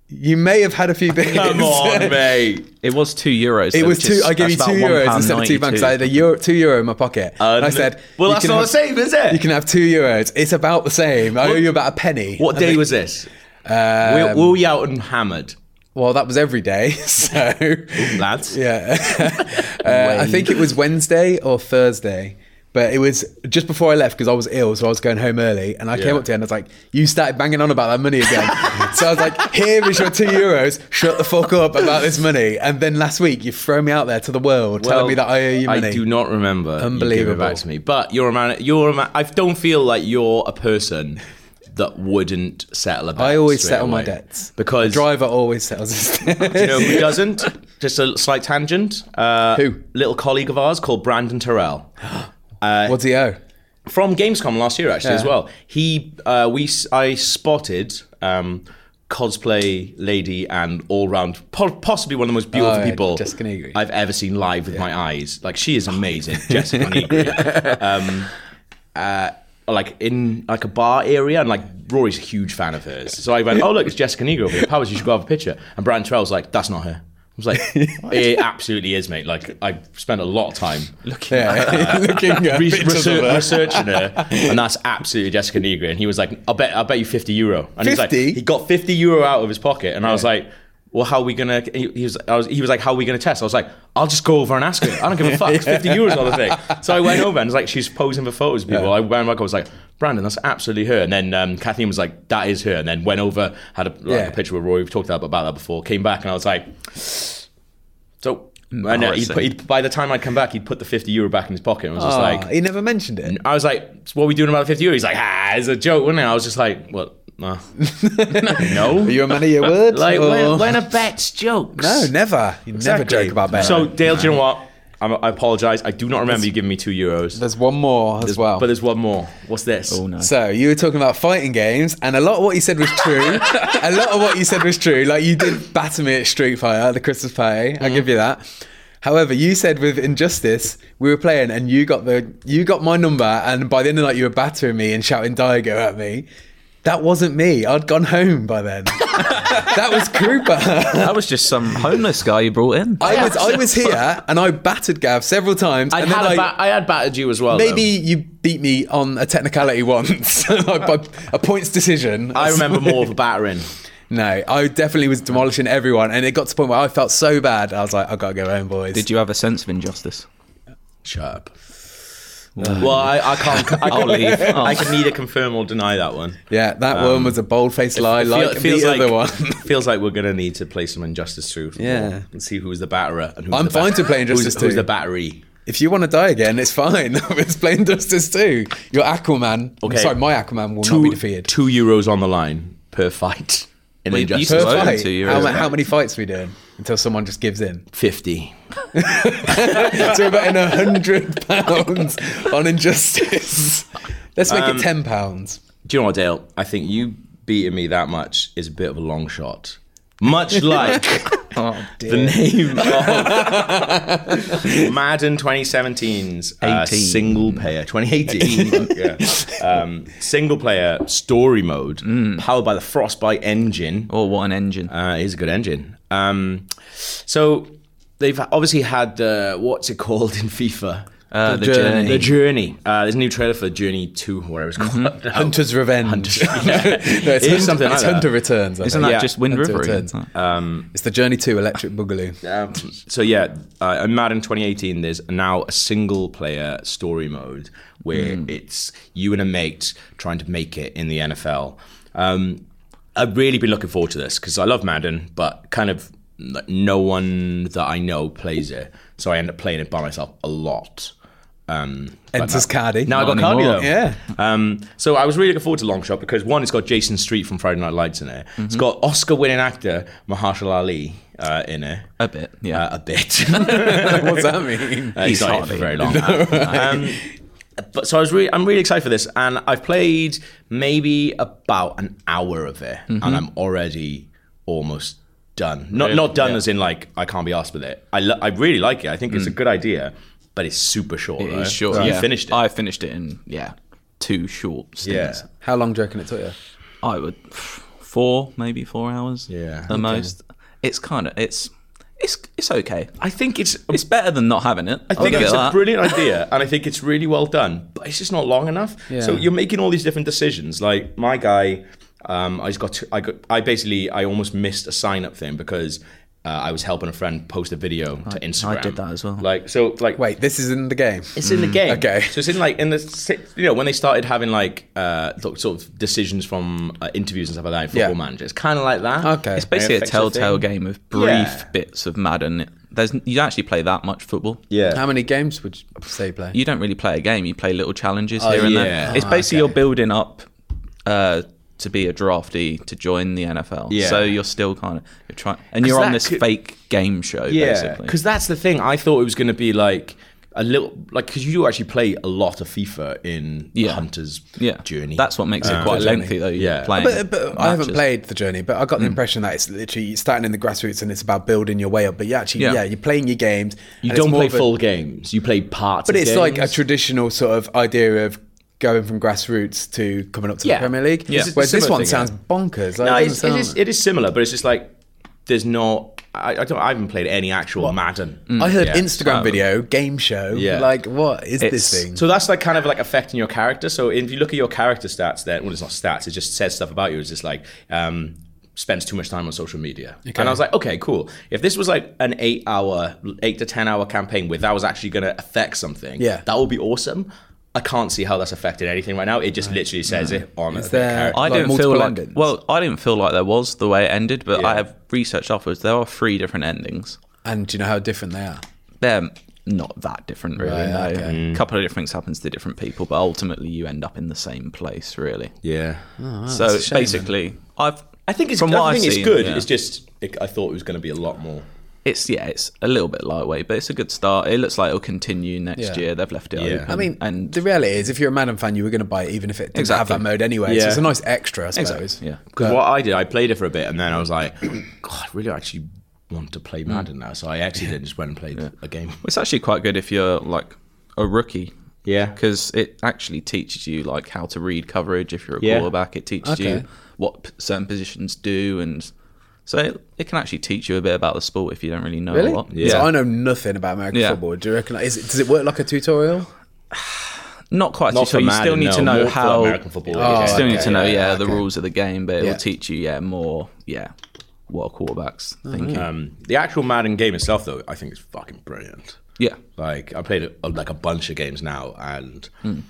S2: You may have had a few beers.
S1: Come on, mate.
S3: It was two euros.
S2: It
S3: though,
S2: was
S3: which
S2: two.
S3: is-
S2: I gave you
S3: that's
S2: two
S3: about
S2: euros
S3: £1.92.
S2: instead of two pounds. 'cause I had a euro, two euro in my pocket, and I
S1: Um,
S2: said,
S1: "Well,
S2: you
S1: that's
S2: can
S1: not
S2: have-
S1: the same, is it?"
S2: You can have two euros. It's about the same. I um, owe you about a penny."
S1: What day was this? were, were we out and hammered,
S2: Well, that was every day. So
S1: lads?
S2: yeah, Uh, I think it was Wednesday or Thursday. But it was just before I left because I was ill, so I was going home early. And I came
S1: Yeah.
S2: up to her and I was like, You started banging on about that money again. so I was like, Here is your two euros. Shut the fuck up about this money. And then last week, you throw me out there to the world telling me that I owe you money.
S1: I do not remember. You giving it
S2: Unbelievable.
S1: back to me. But you're a man. You're a man. I don't feel like you're a person that wouldn't settle a bet.
S2: I always
S1: straight
S2: settle my
S1: away.
S2: debts.
S1: because
S2: Driver always settles his debts.
S1: you know who doesn't? Just a slight tangent. Uh,
S2: Who?
S1: Little colleague of ours called Brandon Terrell. Uh,
S2: What's he owe?
S1: from Gamescom last year actually as
S2: Yeah.
S1: well. He uh, we s- I spotted um, cosplay lady and all round po- possibly one of the most beautiful
S2: Oh, yeah,
S1: people
S2: Jessica Negri.
S1: I've ever seen live with my eyes. Like she
S2: Oh.
S1: is amazing, Jessica Negri. Um, uh, like in like a bar area, and like Rory's a huge fan of hers. So I went, "Oh look, it's Jessica Negro here. Powers, you should go have a picture." And Brian Terrell's like, "That's not her." I was like, "It absolutely is, mate. Like I spent a lot of time looking
S2: Yeah, looking at
S1: re-
S2: pictures of
S1: research,
S2: her.
S1: researching her, and that's absolutely Jessica Negri. And he was like, "I bet, I bet you fifty euro." And he's like,
S2: 50?
S1: he got fifty euro out of his pocket, and I was like, "Well, how are we gonna?" He, he was, I was, he was like, "How are we gonna test?" I was like, "I'll just go over and ask her. I don't give a fuck. It's Fifty euros on the thing." So I went over and it's like, she's posing for photos. People, I went back. I was like, "Brandon, that's absolutely her." And then um, Kathleen was like, "That is her." And then went over, had a, like,
S2: Yeah.
S1: a picture with Roy. We've talked about that before. Came back, and I was like. So and, uh, he'd
S3: Embarrassing.
S1: put, he'd, by the time I'd come back, he'd put the fifty euro back in his pocket. and I was just
S2: Ah,
S1: like,
S2: he never mentioned it.
S1: I was like, so what are we doing about the fifty euro? He's like, ah, it's a joke, wasn't it? I was just like, what? Nah.
S2: Are
S1: no.
S2: you a man of your word?
S1: Like
S2: or-
S1: when, when a bet's jokes.
S2: No, never. You never joke about betting.
S1: So Dale, do you know what? I'm, I apologize. I do not remember you giving me two euros.
S2: there's one more as well.
S1: But there's one more. What's this?
S3: Oh no.
S2: So you were talking about fighting games, and a lot of what you said was true. a lot of what you said was true. Like you did batter me at Street Fighter at the Christmas party.
S1: Mm.
S2: I'll give you that. However, you said with Injustice we were playing, and you got the you got my number, and by the end of the night you were battering me and shouting Diego at me. That wasn't me. I'd gone home by then. that was Krupa.
S3: That was just some homeless guy you brought in.
S2: I was I was here, and I battered Gav several times.
S1: I'd
S2: and then
S1: had a
S2: I-
S1: ba- I had battered you as well.
S2: Maybe
S1: though.
S2: you beat me on a technicality once, like by a points decision.
S1: I remember more of a battering.
S2: No, I definitely was demolishing everyone, and it got to the point where I felt so bad. I was like, I gotta go home, boys.
S3: Did you have a sense of injustice?
S1: Shut up.
S2: Oh,
S1: Well, I, I can't. I
S3: I'll
S1: can,
S3: leave.
S1: I can neither confirm or deny that one.
S2: Yeah, that one was a bold-faced lie,
S1: Um, It feel-
S2: like
S1: it feels
S2: the
S1: like,
S2: other one.
S1: feels like we're gonna need to play some injustice through.
S2: Yeah.
S1: and see who's the batterer. And who's
S2: I'm
S1: the bat-
S2: fine to play Injustice
S1: who's,
S2: too.
S1: Who's the battery?
S2: if you want to die again, it's fine. it's plain justice too. Your Aquaman.
S1: Okay.
S2: Sorry, my Aquaman will not be defeated.
S1: two euros on the line per fight. In
S3: Wait, you
S1: injustice,
S2: Per
S3: two loads
S2: fight.
S3: to you,
S2: how,
S3: isn't
S2: how
S3: it?
S2: many fights are we doing until someone just gives in?
S1: fifty.
S2: so about in a hundred pounds on injustice. Let's make
S1: Um,
S2: it ten pounds.
S1: Do you know what, Dale? I think you beating me that much is a bit of a long shot. Much like
S3: Oh, dear.
S1: the name of Madden 2017's uh,
S3: 18.
S1: single player 2018 yeah. um, single player story mode powered by the Frostbite engine.
S3: Oh, what an engine.
S1: Uh, it is a good engine. Um, so they've obviously had uh, what's it called in FIFA?
S3: Uh, the
S2: Journey.
S3: journey.
S1: The Journey. Uh, there's a new trailer for Journey 2, whatever it's called.
S2: Hunter's Revenge. no, it's
S1: It is
S2: Hunter,
S1: something like
S2: it's
S1: that.
S2: Hunter Returns. I
S3: Isn't
S2: think.
S3: that
S1: yeah,
S3: just Wind
S2: Hunter
S3: River?
S2: Returns. it's the Journey to Electric Boogaloo.
S1: Um, so yeah, uh, in Madden 2018, there's now a single player story mode where it's you and a mate trying to make it in the NFL. Um, I've really been looking forward to this because I love Madden, but kind of like, no one that I know plays it, so I end up playing it by myself a lot. Um,
S2: Enters Cardi.
S1: now I got
S3: Not
S1: Cardi
S3: anymore.
S1: though.
S2: Yeah.
S1: Um, so I was really looking forward to Long Shot because one, it's got Jason Street from Friday Night Lights in it. It's got Oscar-winning actor Mahershala Ali uh, in it.
S3: A bit, yeah.
S1: Uh, a bit.
S2: What's that mean?
S1: Uh, he's
S3: He's
S1: not in for
S3: hardly.
S1: very long. um, but so I was really, I'm really excited for this, and I've played maybe about an hour of it,
S3: Mm-hmm.
S1: and I'm already almost done. Not not done as in like I can't be asked with it. I lo- I really like it. I think it's a good idea, but it's super short.
S3: Mm. It
S1: though.
S3: is short.
S1: So You
S3: yeah.
S1: finished it.
S3: I finished it in, yeah, two short
S1: yeah.
S3: stints.
S2: How long do you reckon it took you?
S3: I would four, maybe four hours.
S1: Yeah.
S3: the
S1: Okay.
S3: most. It's kind of it's it's it's okay.
S1: I think it's.
S3: It's better than not having it.
S1: I think
S3: I'll give
S1: it's
S3: it
S1: a
S3: that.
S1: brilliant idea, and I think it's really well done. But it's just not long enough. So
S2: Yeah.
S1: you're making all these different decisions. Like my guy, um, I just got, to, I got, I basically, I almost missed a sign up thing because uh, I was helping a friend post a video to Instagram.
S3: I did that as well.
S1: Like so, like
S2: Wait, this is in the game.
S1: it's in the game.
S2: Okay.
S1: So it's in like in the si- you know when they started having like uh th- sort of decisions from uh, interviews and stuff like that. In football
S2: Yeah.
S1: manager. It's kind of like that.
S2: Okay.
S3: It's basically a
S1: Fix the thing.
S3: telltale game of brief
S1: Yeah.
S3: bits of Madden. There's you don't actually play that much football.
S1: Yeah.
S2: How many games would you say you play?
S3: You don't really play a game. You play little challenges here and
S1: Oh, yeah.
S3: there. It's
S2: Ah,
S3: basically
S2: okay.
S3: you're building up uh, to be a draftee to join the NFL.
S1: Yeah.
S3: So you're still kind of you're trying, and you're
S1: 'Cause
S3: on
S1: that
S3: this
S1: could-
S3: fake game show.
S1: Yeah,
S3: basically.
S1: because that's the thing. I thought it was going to be like a little, like because you do actually play a lot of FIFA in the
S3: Yeah.
S1: Hunter's
S3: yeah.
S1: journey.
S3: That's what makes it quite
S2: journey.
S3: lengthy, though.
S1: Ah, Yeah.
S3: Yeah, playing
S2: But, but I haven't
S3: matches.
S2: played the journey, but I got
S1: Hmm.
S2: the impression that it's literally starting in the grassroots and it's about building your way up. But you actually, yeah,
S3: Yeah.
S2: you're playing your games.
S1: you
S2: and it's
S1: don't
S2: more
S1: play
S2: of a-
S1: full games. You play parts.
S2: But
S1: of
S2: it's like a
S1: games.
S2: traditional sort of idea of going from grassroots to coming up to
S1: Yeah.
S2: the Premier League.
S1: Yeah.
S2: Whereas this
S1: Similar
S2: one
S1: thing,
S2: sounds bonkers. Like,
S1: No,
S2: it
S1: it's, it
S2: doesn't
S1: is
S2: sound-
S1: it is similar, but it's just like there's no. I, I don't. I haven't played any actual Madden.
S2: I heard
S1: Hmm, Yeah.
S2: Instagram video, game show.
S1: Yeah.
S2: Like, what is this
S3: It's-
S2: thing?
S1: So that's like kind of like affecting your character. So if you look at your character stats, then well, it's not stats. It just says stuff about you. It's just like um, spends too much time on social media. And I was like, okay, cool. If this was like an eight-hour, eight to ten-hour campaign where that was actually going to affect something,
S2: Yeah.
S1: that would be awesome. I can't see how that's affecting anything right now. It just literally says it on the
S2: there-
S1: character.
S3: I
S2: like
S3: didn't feel
S2: multiple
S3: like
S2: endings?
S3: well, I didn't feel like there was the way it ended, but
S1: Yeah.
S3: I have researched afterwards. There are three different endings.
S2: And do you know how different they are?
S3: They're not that different, really.
S2: Right,
S3: no.
S2: okay.
S3: A couple of different things happens to different people, but ultimately you end up in the same place, really.
S1: Yeah.
S3: so basically, I've
S1: I think it's.
S3: From
S1: I
S3: what
S1: think
S3: I've
S1: it's
S3: seen,
S1: good.
S3: Oh, yeah.
S1: It's just it, I thought it was going to be a lot more.
S3: it's yeah, it's a little bit lightweight, but it's a good start. It looks like it'll continue next
S2: Yeah.
S3: year. They've left it
S1: Yeah.
S3: open.
S1: I
S2: I mean,
S3: and
S2: the reality is, if you're a Madden fan, you were going to buy it, even if it didn't have
S3: Exactly.
S2: that mode anyway. So
S1: Yeah.
S2: it's a nice extra, I suppose.
S3: Exactly, yeah.
S1: Because what I did, I played it for a bit, and then I was like, God, I really actually want to play Madden now. So I actually then just went and played a game.
S3: it's actually quite good if you're like a rookie.
S1: Yeah.
S3: because it actually teaches you like how to read coverage if you're a
S1: Yeah.
S3: quarterback. It teaches
S2: Okay.
S3: you what p- certain positions do, and so it, it can actually teach you a bit about the sport if you don't really know
S2: Really?
S3: a lot.
S2: So I know nothing about American
S3: Yeah.
S2: football. Do you reckon? Is it, does it work like a tutorial?
S3: Not quite.
S1: Not
S3: so
S1: for
S3: you
S1: Madden,
S3: still need to
S1: no,
S3: know
S1: more for
S3: how
S1: American football.
S2: Oh,
S3: you still need
S2: okay,
S3: to know,
S2: yeah,
S3: yeah,
S2: yeah,
S3: the
S2: okay.
S3: rules of the game, but it
S2: Yeah.
S3: will teach you, yeah, more, yeah, what a quarterback's thinking.
S1: Um, the actual Madden game itself, though, I think is fucking brilliant.
S3: Yeah,
S1: Like I played a, like a bunch of games now, and
S3: Hmm.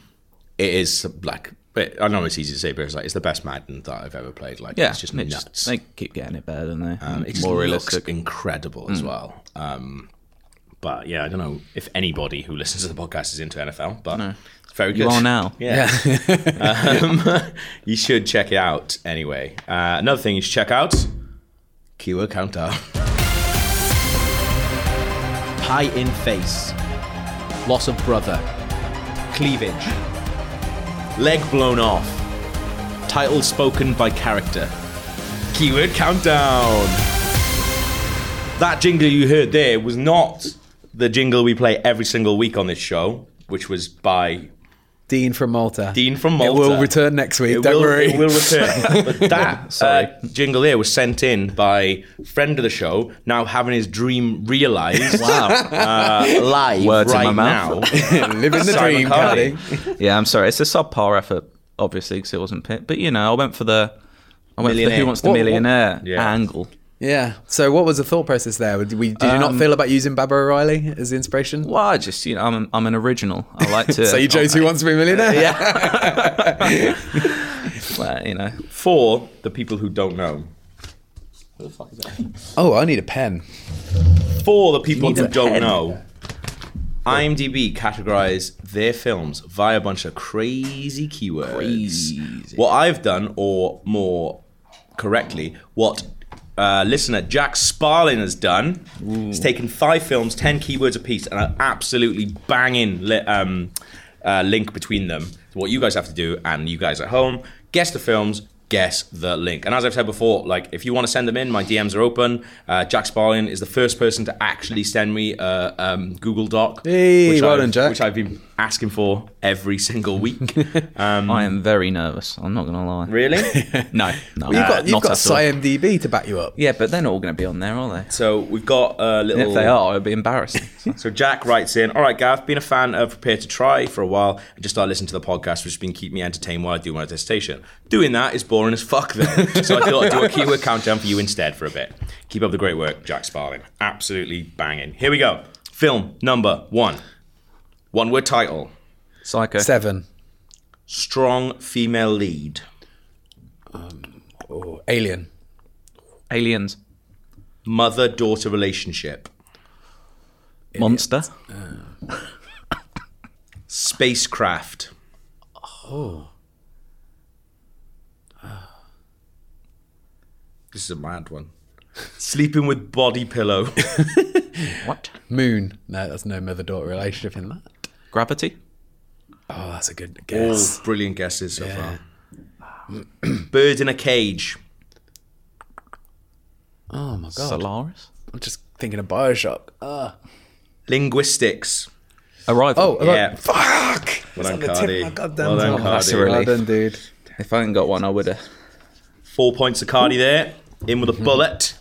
S1: it is like but I know it's easy to say, but it's like it's the best Madden that I've ever played. Like
S3: yeah.
S1: it's just
S3: and it
S1: nuts.
S3: they keep getting it better, don't they?
S1: Um,
S3: And
S1: it just
S3: more
S1: looks
S3: realistic. Hmm.
S1: incredible as well. Um, but yeah, I don't know if anybody who listens to the podcast is into NFL, but it's very good.
S3: You are now.
S1: Yeah. um, you should check it out anyway. Uh, another thing you should check out Keyword Countdown.
S4: Pie in face. Loss of brother. Cleavage.
S1: Leg blown off. Title spoken by character. Keyword Countdown. That jingle you heard there was not the jingle we play every single week on this show, which was by
S2: Dean from Malta.
S1: Dean from
S2: It
S1: Malta.
S2: will return next week.
S1: It
S2: don't
S1: will,
S2: worry.
S1: It will return. But that uh, jingle here was sent in by friend of the show, now having his dream realised. Wow. Uh, live
S3: Words in
S1: right
S3: my mouth.
S1: now.
S2: Living the
S1: Simon
S2: dream,
S1: Carney.
S2: Cardi.
S3: Yeah, I'm sorry. It's a subpar effort, obviously, because it wasn't picked. But you know, I went for the I went for the
S1: Millionaire.
S3: Who Wants to
S2: What- what-
S3: Millionaire
S1: Yeah.
S3: angle.
S2: Yeah. So, what was the thought process there? Did, we, did you
S1: Um,
S2: not feel about using Baba O'Reilly as the inspiration?
S3: Well, I just you know, I'm I'm an original. I like to.
S2: So you chose who wants to be a millionaire? Yeah.
S3: Well, you know,
S1: For the people who don't know.
S2: Oh, I need a pen.
S1: For the people
S2: need
S1: who
S2: a
S1: don't
S2: pen.
S1: know, IMDb categorized their films via a bunch of crazy keywords. What I've done, or more correctly, what uh, listener Jack Sparlin has done, he's taken five films, ten keywords apiece, and an absolutely banging li- um, uh, link between them. What you guys have to do, and you guys at home, guess the films. Guess the link. And as I've said before, like if you want to send them in, my DMs are open. Uh, Jack Sparlin is the first person to actually send me a um, Google Doc,
S2: Hey, well
S1: I've,
S2: done, Jack.
S1: which I've been asking for every single week.
S2: Um,
S3: I am very nervous. I'm not gonna lie.
S1: really?
S3: No, no,
S1: Uh,
S2: You've got, you've
S3: not
S2: got
S3: at all.
S2: IMDb to back you up.
S3: Yeah, but they're not all gonna be on there, are they?
S1: So we've got a little.
S3: And if they are, it'd be embarrassing.
S1: So Jack writes in, all right, Gav, been a fan of Prepare to Try for a while and just started listening to the podcast, which has been keeping me entertained while I do my dissertation. Doing that is boring as fuck then. so I thought I'd do a keyword countdown for you instead for a bit. Keep up the great work, Jack Sparling. Absolutely banging. Here we go. Film number one. One word title.
S3: Psycho.
S2: Seven.
S1: Strong female lead.
S2: Oh, Alien.
S3: Aliens.
S1: Mother daughter relationship.
S3: Monster.
S1: Spacecraft. Oh. This is a mad one. Sleeping with body pillow.
S3: What?
S2: Moon. No, that's no mother daughter relationship in that.
S3: Gravity.
S2: Oh, that's a good
S1: All
S2: guess.
S1: brilliant guesses so far. Bird in a cage.
S2: Oh my god.
S3: Solaris.
S2: I'm just thinking of Bioshock. Uh,
S1: Linguistics.
S3: Arrival.
S2: oh,
S1: Yeah.
S2: yeah. fuck! It's
S1: done,
S2: on the tip of
S1: Cardi.
S2: my goddamn
S1: Well done,
S2: tongue.
S1: Cardi. That's a
S2: Well
S3: relief.
S2: done, dude.
S3: if I hadn't got one, I would have.
S1: Four points to Cardi there. In with a bullet.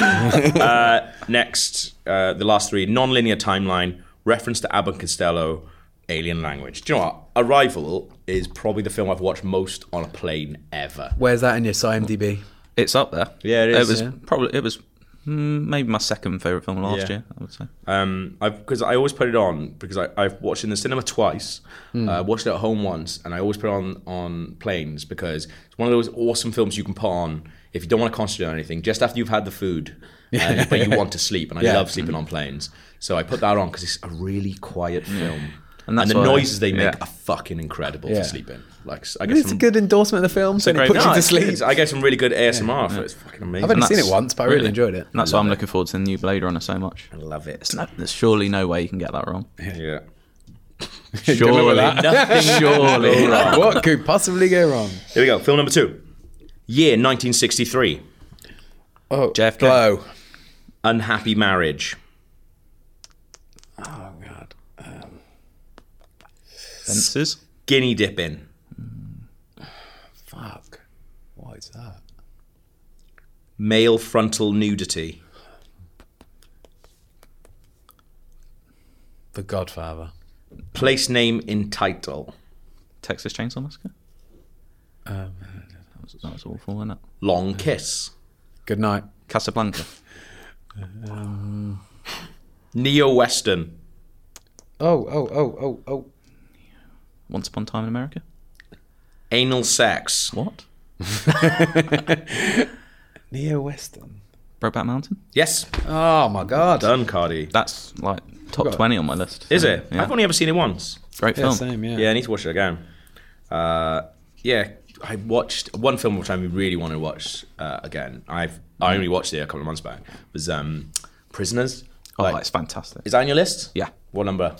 S1: uh, next, uh, the last three. Non-linear timeline. Reference to Abbott Costello. Alien language. Do you know what? Arrival is probably the film I've watched most on a plane ever.
S2: Where's that in your IMDb?
S3: It's up there.
S1: Yeah, it is,
S3: It was
S1: yeah.
S3: probably it was mm, maybe my second favorite film last
S1: Yeah.
S3: year. I would say.
S1: Um, I've because I always put it on because I, I've watched it in the cinema twice,
S2: Hmm.
S1: uh, watched it at home once, and I always put it on on planes because it's one of those awesome films you can put on if you don't want to concentrate on anything just after you've had the food, uh, but you want to sleep. And I
S2: Yeah. Mm-hmm.
S1: love sleeping on planes, so I put that on because it's a really quiet film, and,
S3: And that's
S1: the
S3: why-
S1: noises they make
S3: yeah.
S1: are fucking incredible
S2: Yeah.
S1: to sleep in. Like I guess
S2: It's a
S1: some,
S2: good endorsement of the film. So it
S3: great-
S2: puts
S1: No,
S2: you to
S1: it's-
S2: sleep.
S1: it's- I get some really good ASMR for it. It's fucking amazing.
S2: I've only
S3: And
S2: seen it
S3: that's-
S2: once, but I really, enjoyed it.
S3: And that's why I'm looking forward to the new Blade Runner so much.
S1: I love it.
S3: No, there's surely no way you can get that wrong.
S1: Yeah.
S3: Surely, nothing. Surely.
S2: what could possibly go wrong?
S1: Here we go. Film number two. Year 1963.
S2: Oh,
S3: JFK.
S2: Blow.
S1: Unhappy marriage.
S2: Oh god.
S3: Fences.
S1: Guinea dipping.
S2: Fuck. What is that?
S1: Male frontal nudity.
S2: The Godfather.
S1: Place name in title.
S3: Texas Chainsaw Massacre. that, was, that was awful, wasn't it?
S1: Long kiss.
S2: Good night.
S3: Casablanca.
S1: Neo Western.
S2: Oh, oh, oh, oh, oh.
S3: Once upon a time in America.
S1: Anal sex.
S3: What?
S2: Neo Western.
S3: Brokeback Mountain.
S1: Yes.
S2: Oh my god.
S1: Done, Cardi.
S3: That's like top
S2: Got it.
S3: twenty on my list.
S1: Is
S3: So,
S1: it?
S3: Yeah.
S1: I've only ever seen it once.
S3: Great
S2: yeah,
S3: film.
S2: same, yeah.
S1: Yeah, I need to watch it again. Uh, yeah, I watched one film which I really want to watch uh, again. I've I only watched it a couple of months back. Was um, Prisoners.
S3: Oh,
S1: Like,
S3: it's fantastic.
S1: is that on your list?
S3: Yeah.
S1: What number?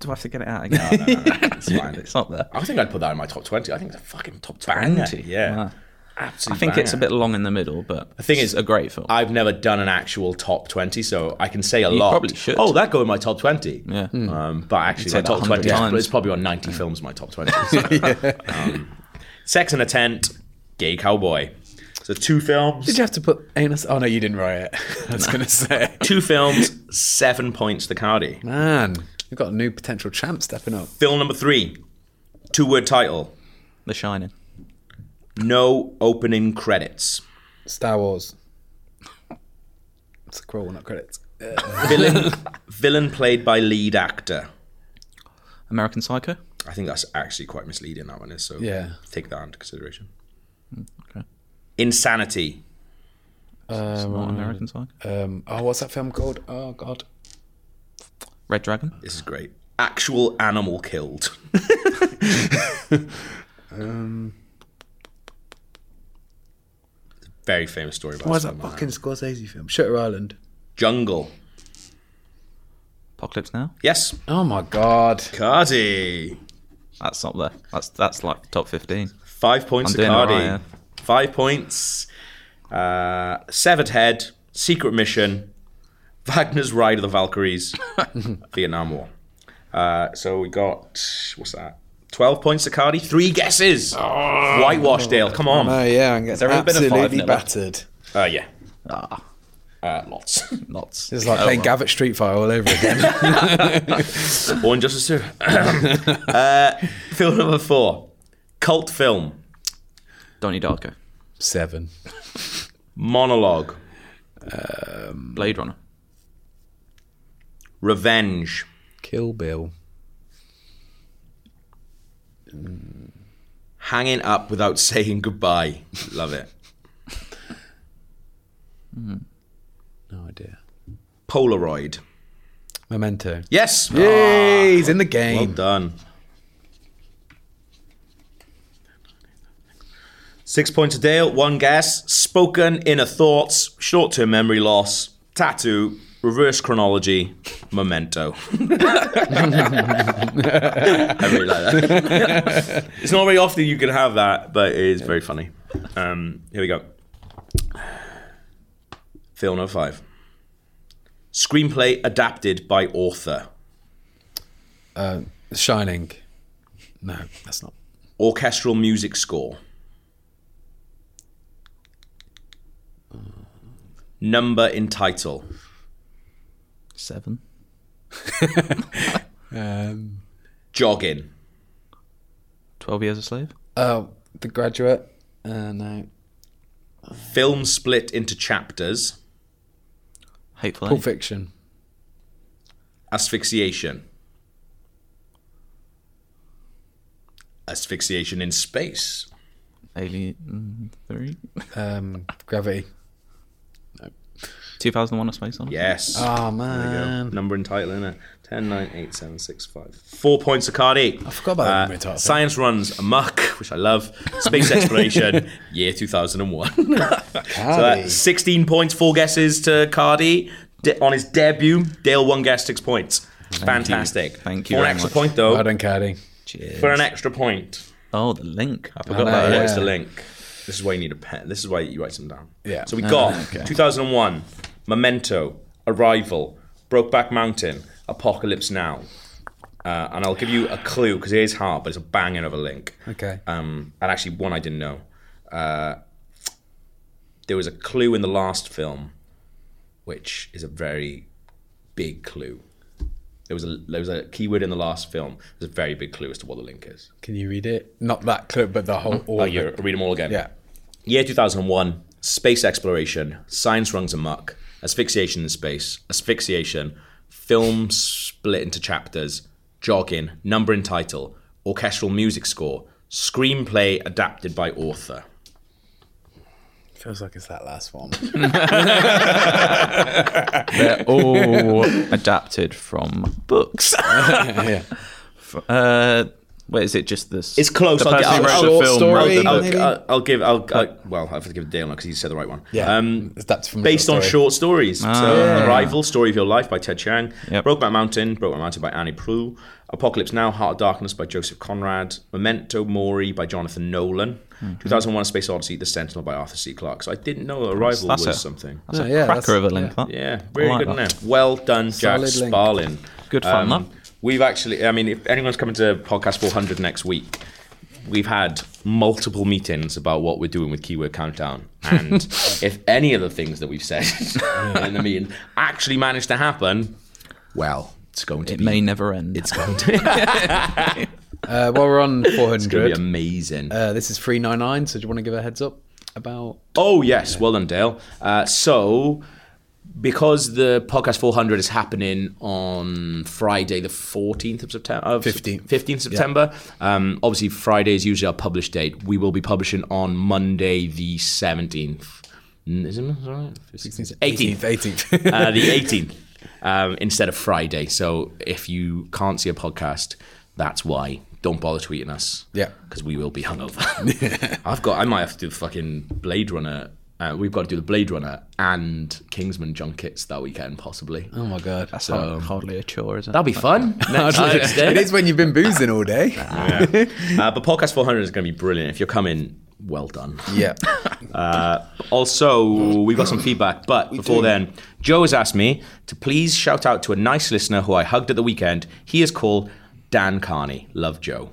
S3: Do I have to get it out again?
S1: It's fine.
S3: it's not there.
S1: I think I'd put that in my top 20. I think it's a fucking top 20. Yeah.
S3: Wow. I
S1: Absolutely.
S3: think it's a bit long in the middle, but the
S1: thing
S3: it's
S1: is,
S3: a great film.
S1: I've never done an actual top 20, so I can say a lot.
S3: probably should.
S1: Oh, that go in my top 20.
S3: Yeah. Mm.
S1: Um, but actually, my
S3: said that
S1: top 20
S3: 100 times.
S1: is probably on 90 films, my top 20. So, um, Sex in a Tent, Gay Cowboy. So two
S2: Did
S1: films,
S2: you have to put anus? Oh no, you didn't write it. I was gonna say.
S1: two films, seven points to Cardi.
S2: Man, we've got a new potential champ stepping up.
S1: Film number three, two word title,
S3: the Shining.
S1: no opening credits.
S2: Star Wars. It's a crawl, not credits.
S1: Villain, villain played by lead actor.
S3: American Psycho.
S1: I think that's actually quite misleading. That one is so.
S2: Yeah.
S1: take that into consideration.
S3: okay.
S1: Insanity.
S3: It's not American Psycho.
S2: Um, oh, what's that film called? Oh god.
S3: Red Dragon.
S1: This is great. Actual animal killed.
S2: Um,
S1: Very famous story about
S2: Why is that
S1: Superman.
S2: fucking Scorsese film? Shutter Island.
S1: Jungle.
S3: Apocalypse Now.
S1: Yes,
S2: Oh my god.
S1: Cardi.
S3: That's up there. That's that's like top fifteen.
S1: Five points
S3: I'm
S1: to
S3: doing
S1: Cardi.
S3: alright,
S1: Five points. Uh, severed head. Secret mission. Wagner's Ride of the Valkyries. Vietnam War. Uh, so we got what's that? Twelve points to Cardi. Three guesses. Whitewash Dale. Come on.
S2: Oh yeah, I'm getting
S3: ever been a five
S2: absolutely
S3: nil?
S2: battered.
S1: Uh, yeah.
S3: Ah,
S1: Uh, lots.
S3: lots.
S2: It's like playing Gavit Street Fighter all over again.
S1: Born Justice 2. uh, film number four. Cult film.
S3: Donnie Darko,
S2: Seven.
S1: Monologue.
S3: Blade Runner,
S1: Revenge.
S2: Kill Bill.
S1: Hanging up without saying goodbye. Love it.
S2: No idea.
S1: Polaroid.
S2: Memento.
S1: Yes.
S2: Yay! He's in the
S1: Ah, well
S2: game.
S1: done. Six points a Dale, one guess. Spoken, inner thoughts, short term memory loss, tattoo, reverse chronology, memento. I really like that. it's not very often you can have that, but it is very funny. Um, here we go. Film 05. Screenplay adapted by author.
S2: Shining. No, that's not.
S1: orchestral music score. Number in title.
S3: Seven,
S2: Um,
S1: Jogging.
S3: 12 Years a Slave,
S2: oh, The Graduate. Uh, no.
S1: Film split into chapters.
S3: Hateful
S2: Pulp
S3: Eight,
S2: Fiction.
S1: Asphyxiation. Asphyxiation in space.
S3: Alien mm, Three,
S2: Um, Gravity.
S3: 2001: A Space Odyssey.
S1: Yes.
S2: Oh,
S1: There you go.
S2: man.
S1: Number and title in it. 10, 9, 8, 7, 6, 5. Four points of card eight. I
S2: forgot about that number and title.
S1: Science runs amok, which I love. Space exploration, year 2001. So
S2: Cardi.
S1: that's 16 points, four guesses to Cardi De- on his debut. Dale, one guess, six points. Fantastic.
S3: you. Thank you
S1: For an
S3: very
S1: extra
S3: much.
S1: point,
S2: Well
S1: though.
S2: done, Cardi.
S3: Cheers.
S1: for an extra point.
S3: Oh, the link. I
S1: Forgot
S3: forgot
S2: know,
S1: about
S2: yeah.
S1: that. uh, It's the link. This is why you need a pen. This is why you write them down.
S2: Yeah.
S1: So we got 2001, Memento, Arrival, Brokeback Mountain, Apocalypse Now. Uh, and I'll give you a clue because it is hard, but it's a banging of a link.
S2: Okay.
S1: Um, and actually, one I didn't know. Uh, there was a clue in the last film, which is a very big clue. There was a there was a keyword in the last film. There's a very big clue as to what the link is.
S2: Can you read it? Not that clip, but the whole. All
S1: Oh,
S2: of
S1: yeah,
S2: it.
S1: read them all again.
S2: Yeah.
S1: Year 2001, space exploration, science runs amok, asphyxiation in space, asphyxiation, film split into chapters, jogging, number and title, orchestral music score, screenplay adapted by author.
S2: Feels like it's that last one.
S3: They're all Oh, adapted from books.
S2: yeah.
S3: Uh, wait, is it just this?
S1: It's close.
S3: The
S1: I'll
S3: person
S1: get-
S3: who
S1: I'll-
S3: wrote
S2: Short
S3: the film
S2: story,
S3: wrote the
S1: I'll,
S3: book.
S2: maybe?
S1: I'll, I'll give. I'll, I'll, well, I have to give Dale because he said the right one.
S2: Yeah.
S1: Um,
S2: that's from a
S1: based
S2: short
S1: on
S2: story. Ah.
S1: short stories. so,
S2: Yeah.
S1: Arrival, Story of Your Life by Ted Chiang,
S3: Yep.
S1: Brokeback Mountain, Brokeback Mountain by Annie Prue, Apocalypse Now, Heart of Darkness by Joseph Conrad, Memento Mori by Jonathan Nolan,
S2: Mm-hmm.
S1: 2001: A Space Odyssey, The Sentinel by Arthur C. Clarke. So I didn't know Arrival
S3: That's
S1: was
S3: it.
S1: something.
S3: That's
S2: Yeah,
S3: a
S2: yeah,
S3: cracker
S2: that's-
S3: of a link. that.
S1: Yeah, really
S3: like
S1: good
S3: that.
S1: name. Well done, Jack
S2: Solid link.
S1: Sparlin. Um,
S3: Good fun, that.
S1: We've actually, I mean, if anyone's coming to Podcast 400 next week, we've had multiple meetings about what we're doing with Keyword Countdown. And if any of the things that we've said in the meeting actually manage to happen, well, it's going to
S3: It
S1: be.
S3: may never end. It's
S1: going to it's
S2: Uh, while we're on
S1: gonna be
S2: 400,
S1: amazing.
S2: uh, this is 399, so do you want to give a heads up about.
S1: Oh yes, well done, Dale. Uh, so, because the podcast 400 is happening on Friday, the 14th of September,
S2: 15th.
S1: 15th September. Um, obviously, Friday is usually our publish date. We will be publishing on Monday, the 17th. Mm, Is it is that right? 16th, 18th.
S2: 18th.
S1: Uh, the 18th um, instead of Friday. So if you can't see a podcast, that's why. Don't bother tweeting us.
S2: Yeah.
S1: Because we will be hungover. I've got. I might have to do the fucking Blade Runner. Uh, we've got to do the Blade Runner and Kingsman junkets that weekend, possibly.
S2: oh my god. That's
S3: hard- hardly a chore, is it?
S1: That'll be fun. Next Thursday.
S2: it is when you've been boozing all day.
S1: Uh, but podcast 400 is going to be brilliant. If you're coming, well done.
S2: yeah.
S1: Uh, also, we've got some feedback, but before then, Joe has asked me to please shout out to a nice listener who I hugged at the weekend. He is called Dan Carney. Love Joe.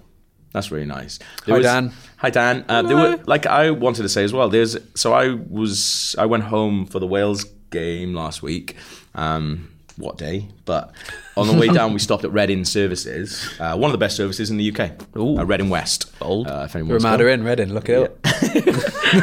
S1: That's really nice. There
S2: Hi, Dan.
S1: Hi Dan. Uh, there were like I wanted to say as well. There's so I was I went home for the Wales game last week. Um, what day, but on the way down, we stopped at Reading Services, uh, one of the best services in the UK,
S3: Ooh.
S1: uh, Reading West.
S3: Bold.
S1: Uh, if anyone's
S2: Ramada in Reading, look it up.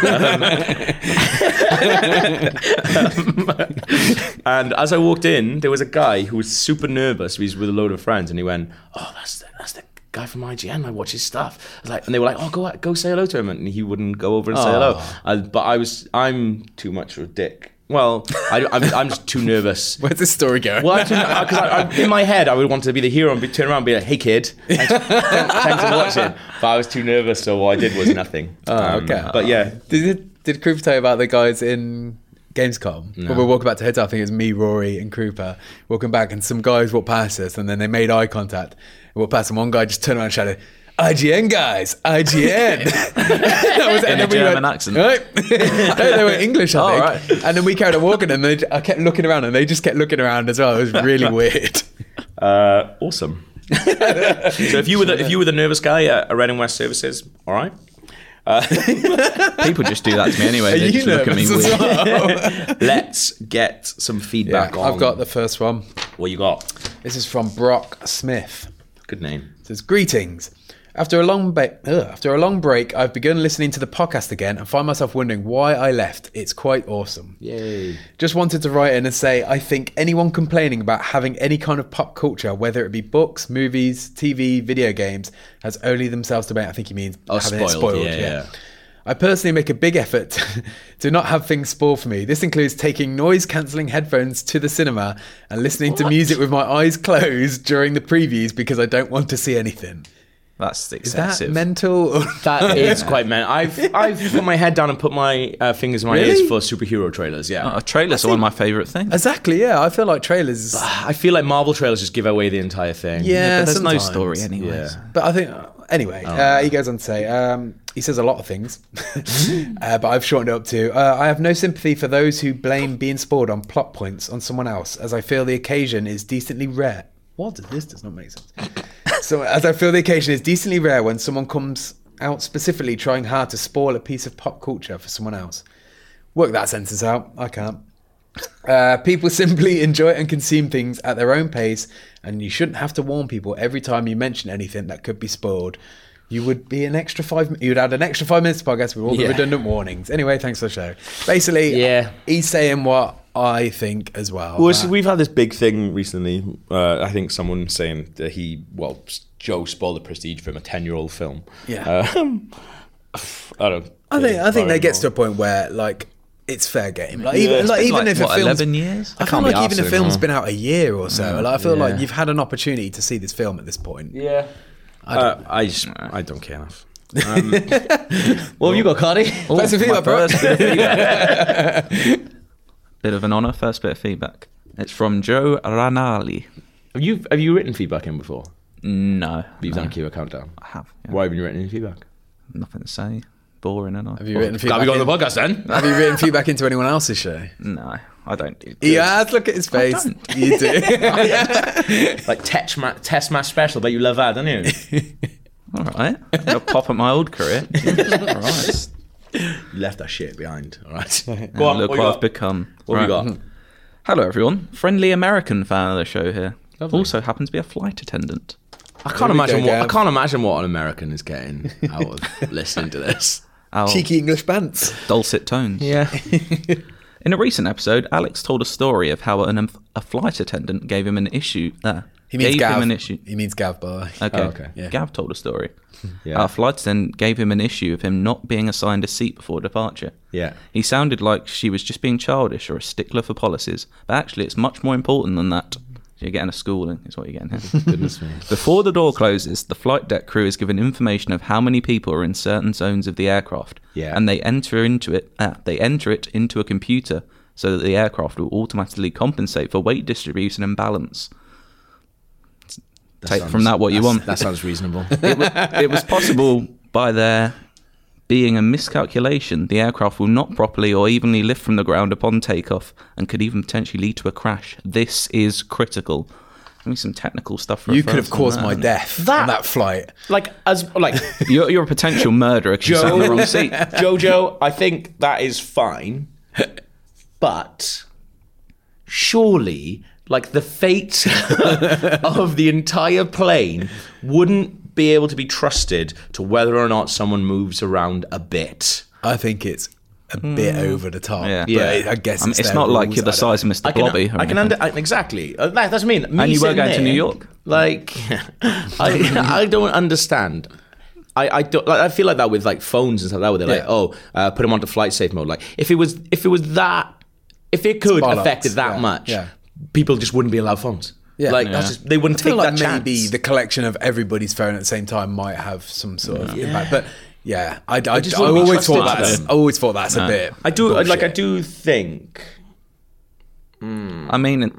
S1: And as I walked in, there was a guy who was super nervous. He was with a load of friends, and he went, "Oh, that's the, that's the guy from IGN. I watch his stuff." I was like, and they were like, "Oh, go go say hello to him," and he wouldn't go over and say hello. I, but I was, I'm too much of a dick. Well, I, I'm, I'm just too nervous.
S2: Where's this story going?
S1: Well, because I, uh, 'cause I, I, in my head, I would want to be the hero and be, turn around and be like, "Hey, kid, thanks, thanks for watching." But I was too nervous, so what I did was nothing. Um,
S2: okay.
S1: But yeah,
S2: Did did Krupa tell you about the guys in Gamescom? When we were walking back to hotel, I think it was me, Rory, and Krupa walking back, and some guys walked past us, and then they made eye contact. And walked past, and one guy just turned around and shouted. IGN guys, IGN. that was it.
S3: In
S2: And
S3: a
S2: then we
S3: German accent.
S2: Right? no, they were English, I
S3: Oh,
S2: think. And then we carried on walking, and they, I kept looking around, and they just kept looking around as well. It was really weird.
S1: Uh, awesome. so if you were the, if you were the nervous guy at Reading West Services, all right.
S3: People just do that to me anyway. they just look at me
S2: nervous
S3: weird.
S2: as well?
S1: Let's get some feedback on.
S2: I've got the first one.
S1: what you got.
S2: This is from Brock Smith.
S1: Good name.
S2: says greetings after a long ba- ugh, after a long break i've begun listening to the podcast again and find myself wondering why i left it's quite awesome
S1: Yay.
S2: just wanted to write in and say i think anyone complaining about having any kind of pop culture whether it be books movies tv video games has only themselves to blame i think he means
S1: Oh,
S2: having it
S1: spoiled.
S2: spoiled
S1: Yeah, yeah.
S2: I personally make a big effort to not have things spoiled for me. This includes taking noise cancelling headphones to the cinema and listening to music with my eyes closed during the previews because I don't want to see anything.
S3: That's
S2: Is that
S3: excessive.
S2: mental?
S1: That is quite man. I've I've put my head down and put my uh, fingers in my
S2: Really?
S1: ears for superhero trailers. Yeah.
S2: Oh,
S3: Uh, trailers are one of my favourite things.
S2: exactly. Yeah, I feel like trailers.
S1: I feel like Marvel trailers just give away the entire thing.
S2: Yeah,
S3: but there's
S2: sometimes.
S3: no story anyways.
S1: Yeah.
S2: But I think anyway, uh, he goes on to say um, he says a lot of things, uh, but I've shortened it up to uh, I have no sympathy for those who blame being spoiled on plot points on someone else, as I feel the occasion is decently rare. What this does not make sense. so as I feel the occasion is decently rare when someone comes out specifically trying hard to spoil a piece of pop culture for someone else. Work that sentence out. I can't. Uh, people simply enjoy and consume things at their own pace, and you shouldn't have to warn people every time you mention anything that could be spoiled. You would be an extra five. You'd add an extra five minutes to podcast with all the
S1: Yeah.
S2: redundant warnings. Anyway, thanks for the show. Basically,
S1: Yeah.
S2: he's saying what I think as well.
S1: Well,
S2: That-
S1: so we've had this big thing recently. Uh, I think someone saying that he, well, s- Joe spoiled the prestige from a ten-year-old film.
S2: Yeah.
S1: Um, I don't.
S2: I think I think that gets
S1: to.
S2: to a point where like it's fair game. Like even
S3: It's
S2: like,
S3: been
S2: even
S3: like,
S2: if
S3: what,
S2: a film's
S3: 11 years?
S2: I,
S3: I
S2: feel
S3: can't be
S2: like even
S3: arsed
S2: if a film's
S3: anymore. Mm,
S2: been out a year or so. like I feel
S1: yeah.
S2: like you've had an opportunity to see this film at this point.
S1: Yeah. I don't, Uh, I just, I don't care enough.
S4: What have you got, Cardi?
S2: That's a feedback,
S3: Oh, my
S2: bro.
S3: first bit of feedback. Bit of an honour, first bit of feedback. It's from Joe Ranali.
S1: Have you have you written feedback in before?
S3: No,
S1: You've
S3: no,
S1: done keyword countdown.
S3: I have. yeah.
S1: Why have you written any feedback?
S3: Nothing to say. Boring, and I.
S2: Have you written
S1: Glad
S2: feedback?
S1: we got
S2: in-
S1: on the podcast then.
S2: Have you written feedback into anyone else's show?
S3: No, I don't do.
S1: E-
S2: He has. Look at his face.
S3: don't.
S2: You do.
S1: Like test ma- test match special. Bet you love that, don't you?
S3: All right, I'll pop at my old career. Jesus Christ.
S1: you left that shit behind. All right. Go on.
S3: And look
S1: what
S3: what,
S1: you
S3: I've
S1: got?
S3: become.
S1: What have
S3: Right.
S1: you got?
S3: Hello, everyone. Friendly American fan of the show here. Also happens to be a flight attendant.
S1: I
S2: Here
S1: can't
S2: we
S1: imagine
S2: go,
S1: what I
S2: Gav.
S1: can't imagine what an American is getting out of listening to this.
S3: Our
S2: Cheeky English pants.
S3: dulcet tones.
S1: Yeah.
S3: In a recent episode, Alex told a story of how an, um, a flight attendant gave him an issue. Uh,
S2: He means
S3: gave
S2: Gav.
S3: him an issue.
S2: He means Gav, by the way.
S3: Okay.
S1: Oh, okay.
S2: Yeah.
S3: Gav told a story.
S1: Yeah.
S3: Our flight attendant gave him an issue of him not being assigned a seat before departure.
S1: Yeah.
S3: He sounded like she was just being childish or a stickler for policies, but actually, it's much more important than that. You're getting a schooling, is what you're getting here.
S1: Goodness me.
S3: Before the door closes, the flight deck crew is given information of how many people are in certain zones of the aircraft,
S1: Yeah.
S3: and they enter into it. Uh, they enter it into a computer so that the aircraft will automatically compensate for weight distribution and balance. Take from that what you
S1: That's-
S3: want.
S1: That sounds reasonable.
S3: It wa- it was possible by there being a miscalculation. The aircraft will not properly or evenly lift from the ground upon takeoff and could even potentially lead to a crash. This is critical. I mean, some technical stuff. For a
S2: You could have
S3: first on
S2: caused
S3: that,
S2: my
S3: hadn't
S2: death
S1: That-
S2: on that flight.
S1: like as like
S3: you? You're, you're a potential murderer because you sat in the wrong seat.
S1: Jojo, I think that is fine, but surely like the fate of the entire plane wouldn't be able to be trusted to whether or not someone moves around a bit.
S2: I think it's a bit over the top.
S3: Hmm. Yeah.
S2: but
S3: Yeah.
S2: I guess
S3: I mean,
S2: it's,
S3: Um, it's
S2: their
S3: not like
S2: rules,
S3: you're the
S2: I don't-
S3: size of Mr.
S1: I can,
S3: Blobby.
S1: I
S3: or
S1: can
S3: anything.
S1: under, I- exactly. Uh, That, that's what I mean. Me
S3: And you were
S1: sitting
S3: going to
S1: there,
S3: New York.
S1: Like, I, I don't understand. I, I don't. Like, I feel like that with like phones and stuff like that. Where they're like,
S2: Yeah.
S1: oh, uh, put them onto flight safe mode. Like, if it was, if it was that, if it could
S2: bollocks.
S1: affect it that
S2: Yeah.
S1: much,
S2: Yeah.
S1: people just wouldn't be allowed phones.
S2: Yeah.
S1: like
S2: Yeah.
S1: That's just, they wouldn't
S2: I
S1: take
S2: feel like
S1: that chance.
S2: maybe the collection of everybody's phone at the same time might have some sort of impact, but yeah, I, I,
S1: just
S2: I
S1: wouldn't be
S2: always
S1: trusted
S2: thought
S1: by
S2: that's, I
S1: them.
S2: always thought that's a bit.
S1: I do like. I
S2: bullshit.
S1: do think.
S3: I mean, it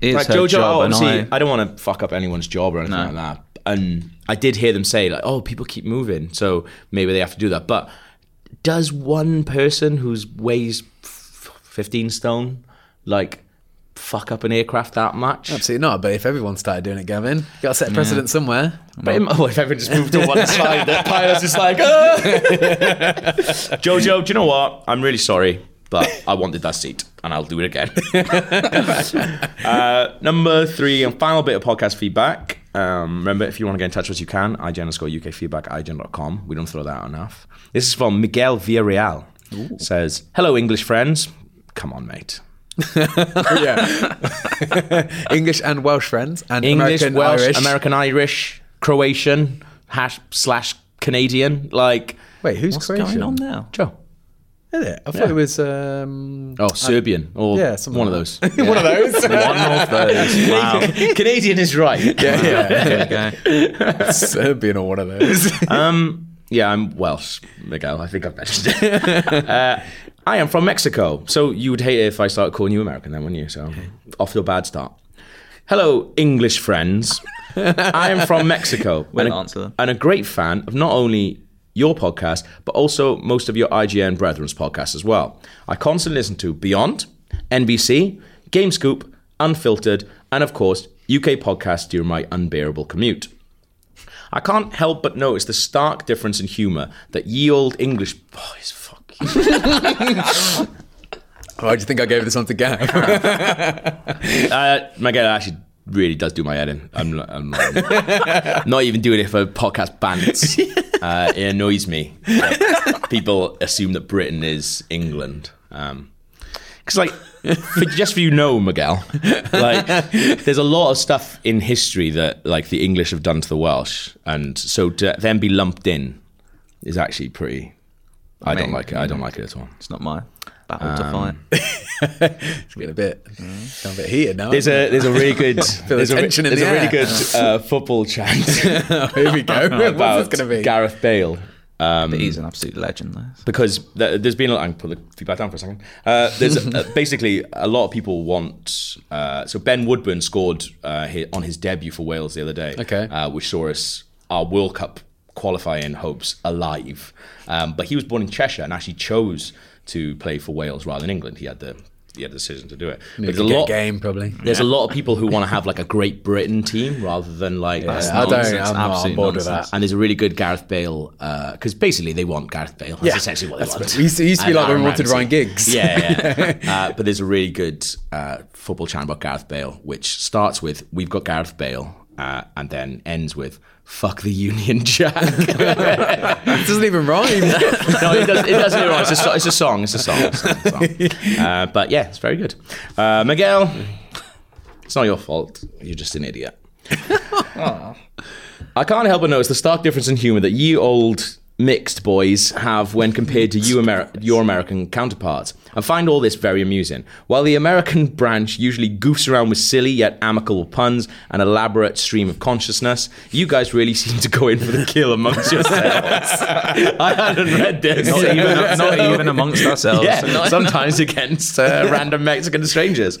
S3: is
S1: Like
S3: her
S1: Jojo, oh,
S3: job, and
S1: obviously,
S3: I,
S1: I, don't want to fuck up anyone's job or anything
S3: No.
S1: like that. And I did hear them say like, "Oh, people keep moving, so maybe they have to do that." But does one person who's weighs f- fifteen stone like fuck up an aircraft that much?
S2: Absolutely not. But if everyone started doing it, Gavin, you got to set precedent somewhere.
S1: But im- oh, if everyone just moved to one side, the pilot's just like, "Ah!" Jojo, do you know what? I'm really sorry, but I wanted that seat, and I'll do it again. uh, number three and final bit of podcast feedback. Um, remember, if you want to get in touch with us, you can. IGN underscore UK feedback, IGN.com. We don't throw that out enough. This is from Miguel Villarreal. Says, hello, English friends. Come on, mate.
S2: yeah, English and Welsh friends and
S1: English,
S2: American
S1: Welsh,
S2: Irish.
S1: American Irish, Croatian, hash, slash Canadian. Like,
S2: Wait, who's
S3: what's
S2: Croatian?
S3: going on now?
S1: Joe.
S2: Is it? I thought it was um,
S1: Oh, Serbian or
S2: yeah, something
S1: one of
S2: like
S1: those.
S2: one of those.
S3: One of those. Wow.
S1: Canadian is right. Yeah.
S2: yeah,
S3: Okay.
S2: Serbian or one of those.
S1: yeah, I'm Welsh, Miguel. I think I've mentioned it. uh, I am from Mexico, so you would hate it if I started calling you American, then, wouldn't you? So, off to a bad start. Hello, English friends. I am from Mexico.
S3: Well
S1: and a-
S3: answered.
S1: and a great fan of not only your podcast, but also most of your IGN Brethren's podcasts as well. I constantly listen to Beyond, NBC, Game Scoop, Unfiltered, and of course, UK podcasts during my unbearable commute. I can't help but notice the stark difference in humour that ye old English boys, fuck you.
S2: Why do you think I gave this one to Gav?
S1: Uh, Miguel actually really does do my head in. I'm, I'm, I'm not even doing it for podcast bants. Uh, it annoys me. that people assume that Britain is England. Because, like, for, just for you know, Miguel, like, there's a lot of stuff in history that, like, the English have done to the Welsh. And so to then be lumped in is actually pretty. I don't
S3: mean,
S1: like it. I don't like it at all.
S3: It's not my battle
S2: Um,
S3: to fight.
S2: it's getting a bit, it's getting a bit heated now.
S1: Mm. There's a there's a really good there's a, re-
S2: tension in
S1: there's
S2: the
S1: a really
S2: air.
S1: good uh, football chant
S2: Here we go. What's
S1: about
S2: this going to be?
S1: Gareth Bale
S3: but he's an absolute legend, though.
S1: because th- there's been a lot. I can put the feedback down for a second. Uh, there's uh, basically a lot of people want. Uh, so Ben Woodburn scored uh, hi on his debut for Wales the other day,
S2: Okay.
S1: uh, which saw us our World Cup qualifying hopes alive. Um, but he was born in Cheshire and actually chose to play for Wales rather than England. He had the he had the decision to do it. But there's a
S2: Get a
S1: lot.
S2: game probably.
S1: There's a lot of people who want to have like a Great Britain team rather than like
S2: I don't.
S3: nonsense,
S2: I'm not on
S3: absolute
S2: board with
S3: nonsense.
S2: that.
S1: and there's a really good Gareth Bale because basically they want Gareth Bale. That's essentially what they
S2: That's
S1: want.
S2: what- it used to- it used to be
S1: And
S2: like when we
S1: Aaron
S2: wanted
S1: Ramsey.
S2: Ryan Giggs.
S1: Yeah, yeah. uh, but there's a really good uh, football chant about Gareth Bale, which starts with "We've got Gareth Bale," uh, and then ends with "Fuck the Union Jack."
S2: It doesn't even rhyme.
S1: no, it does. It does it wrong. It's a, so- it's a song. It's a song. It's a song. Uh, but yeah, it's very good. Uh, Miguel, it's not your fault. You're just an idiot. I can't help but notice the stark difference in humour that you old mixed boys have when compared to you Ameri- your American counterparts. I find all this very amusing. While the American branch usually goofs around with silly yet amicable puns and elaborate stream of consciousness, you guys really seem to go in for the kill amongst yourselves. I hadn't read this.
S3: Not even, not, even amongst ourselves.
S1: Yeah, sometimes against uh, random Mexican strangers.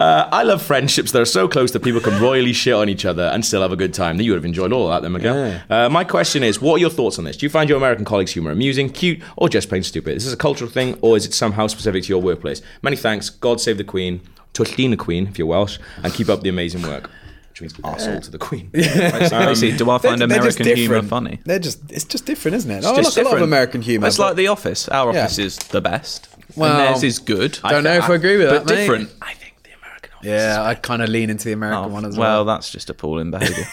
S1: Uh, I love friendships that are so close that people can royally shit on each other and still have a good time. You would have enjoyed all of that, then, Miguel. Uh, my question is, what are your thoughts on this? Do you find your American colleagues' humor amusing, cute, or just plain stupid? Is this a cultural thing, or is it somehow specific to your workplace? Many thanks. God save the Queen. Tortina Queen, if you're Welsh, and keep up the amazing work. Which means arsehole to the Queen.
S3: Basically, do I find
S2: Um, They're- they're just
S3: American humour
S2: different.
S3: funny?
S2: They're just. It's just different, isn't it? Oh, I like
S3: It's just
S2: a lot of
S3: different.
S2: American humour.
S3: It's like The Office. Our
S2: Yeah.
S3: office is the best.
S2: Well,
S3: and theirs is good.
S2: don't know if I agree with
S3: but
S2: that, mate.
S3: different. Oh,
S1: I think the American
S2: Yeah, I kind of lean into the American one as well.
S3: Well, that's just appalling behaviour.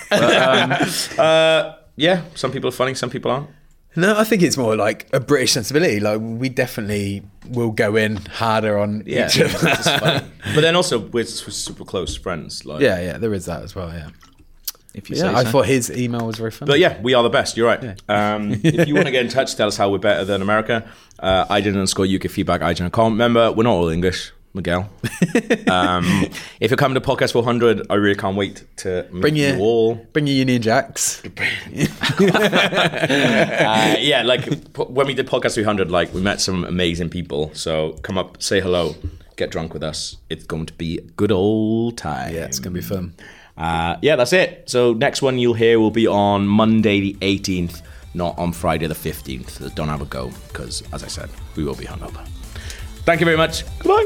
S1: Yeah, some people are funny, some people aren't.
S2: No, I think it's more like a British sensibility. Like we definitely will go in harder on
S1: Yeah,
S2: each of
S1: it's
S2: us.
S1: funny. but then also we're, s- we're super close friends. Like,
S2: yeah, yeah, there is that as well. Yeah,
S3: if you
S2: yeah.
S3: say
S2: I
S3: so.
S2: thought his email was very funny.
S1: But yeah, we are the best. You're right. Um, if you want to get in touch, tell us how we're better than America. Uh, I didn't underscore UK feedback. I didn't comment. Remember, we're not all English, Miguel. um, if you're coming to Podcast 400, I really can't wait to meet
S2: bring
S1: you
S2: your
S1: all.
S2: bring your Union Jacks.
S1: Uh, yeah, like p- when we did Podcast 300, like we met some amazing people. So come up, say hello, get drunk with us. It's going to be a good old time.
S2: Yeah, it's gonna be fun.
S1: Uh, yeah, that's it. So next one you'll hear will be on Monday the 18th, not on Friday the 15th. So don't have a go because, as I said, we will be hungover. Thank you very much. Goodbye.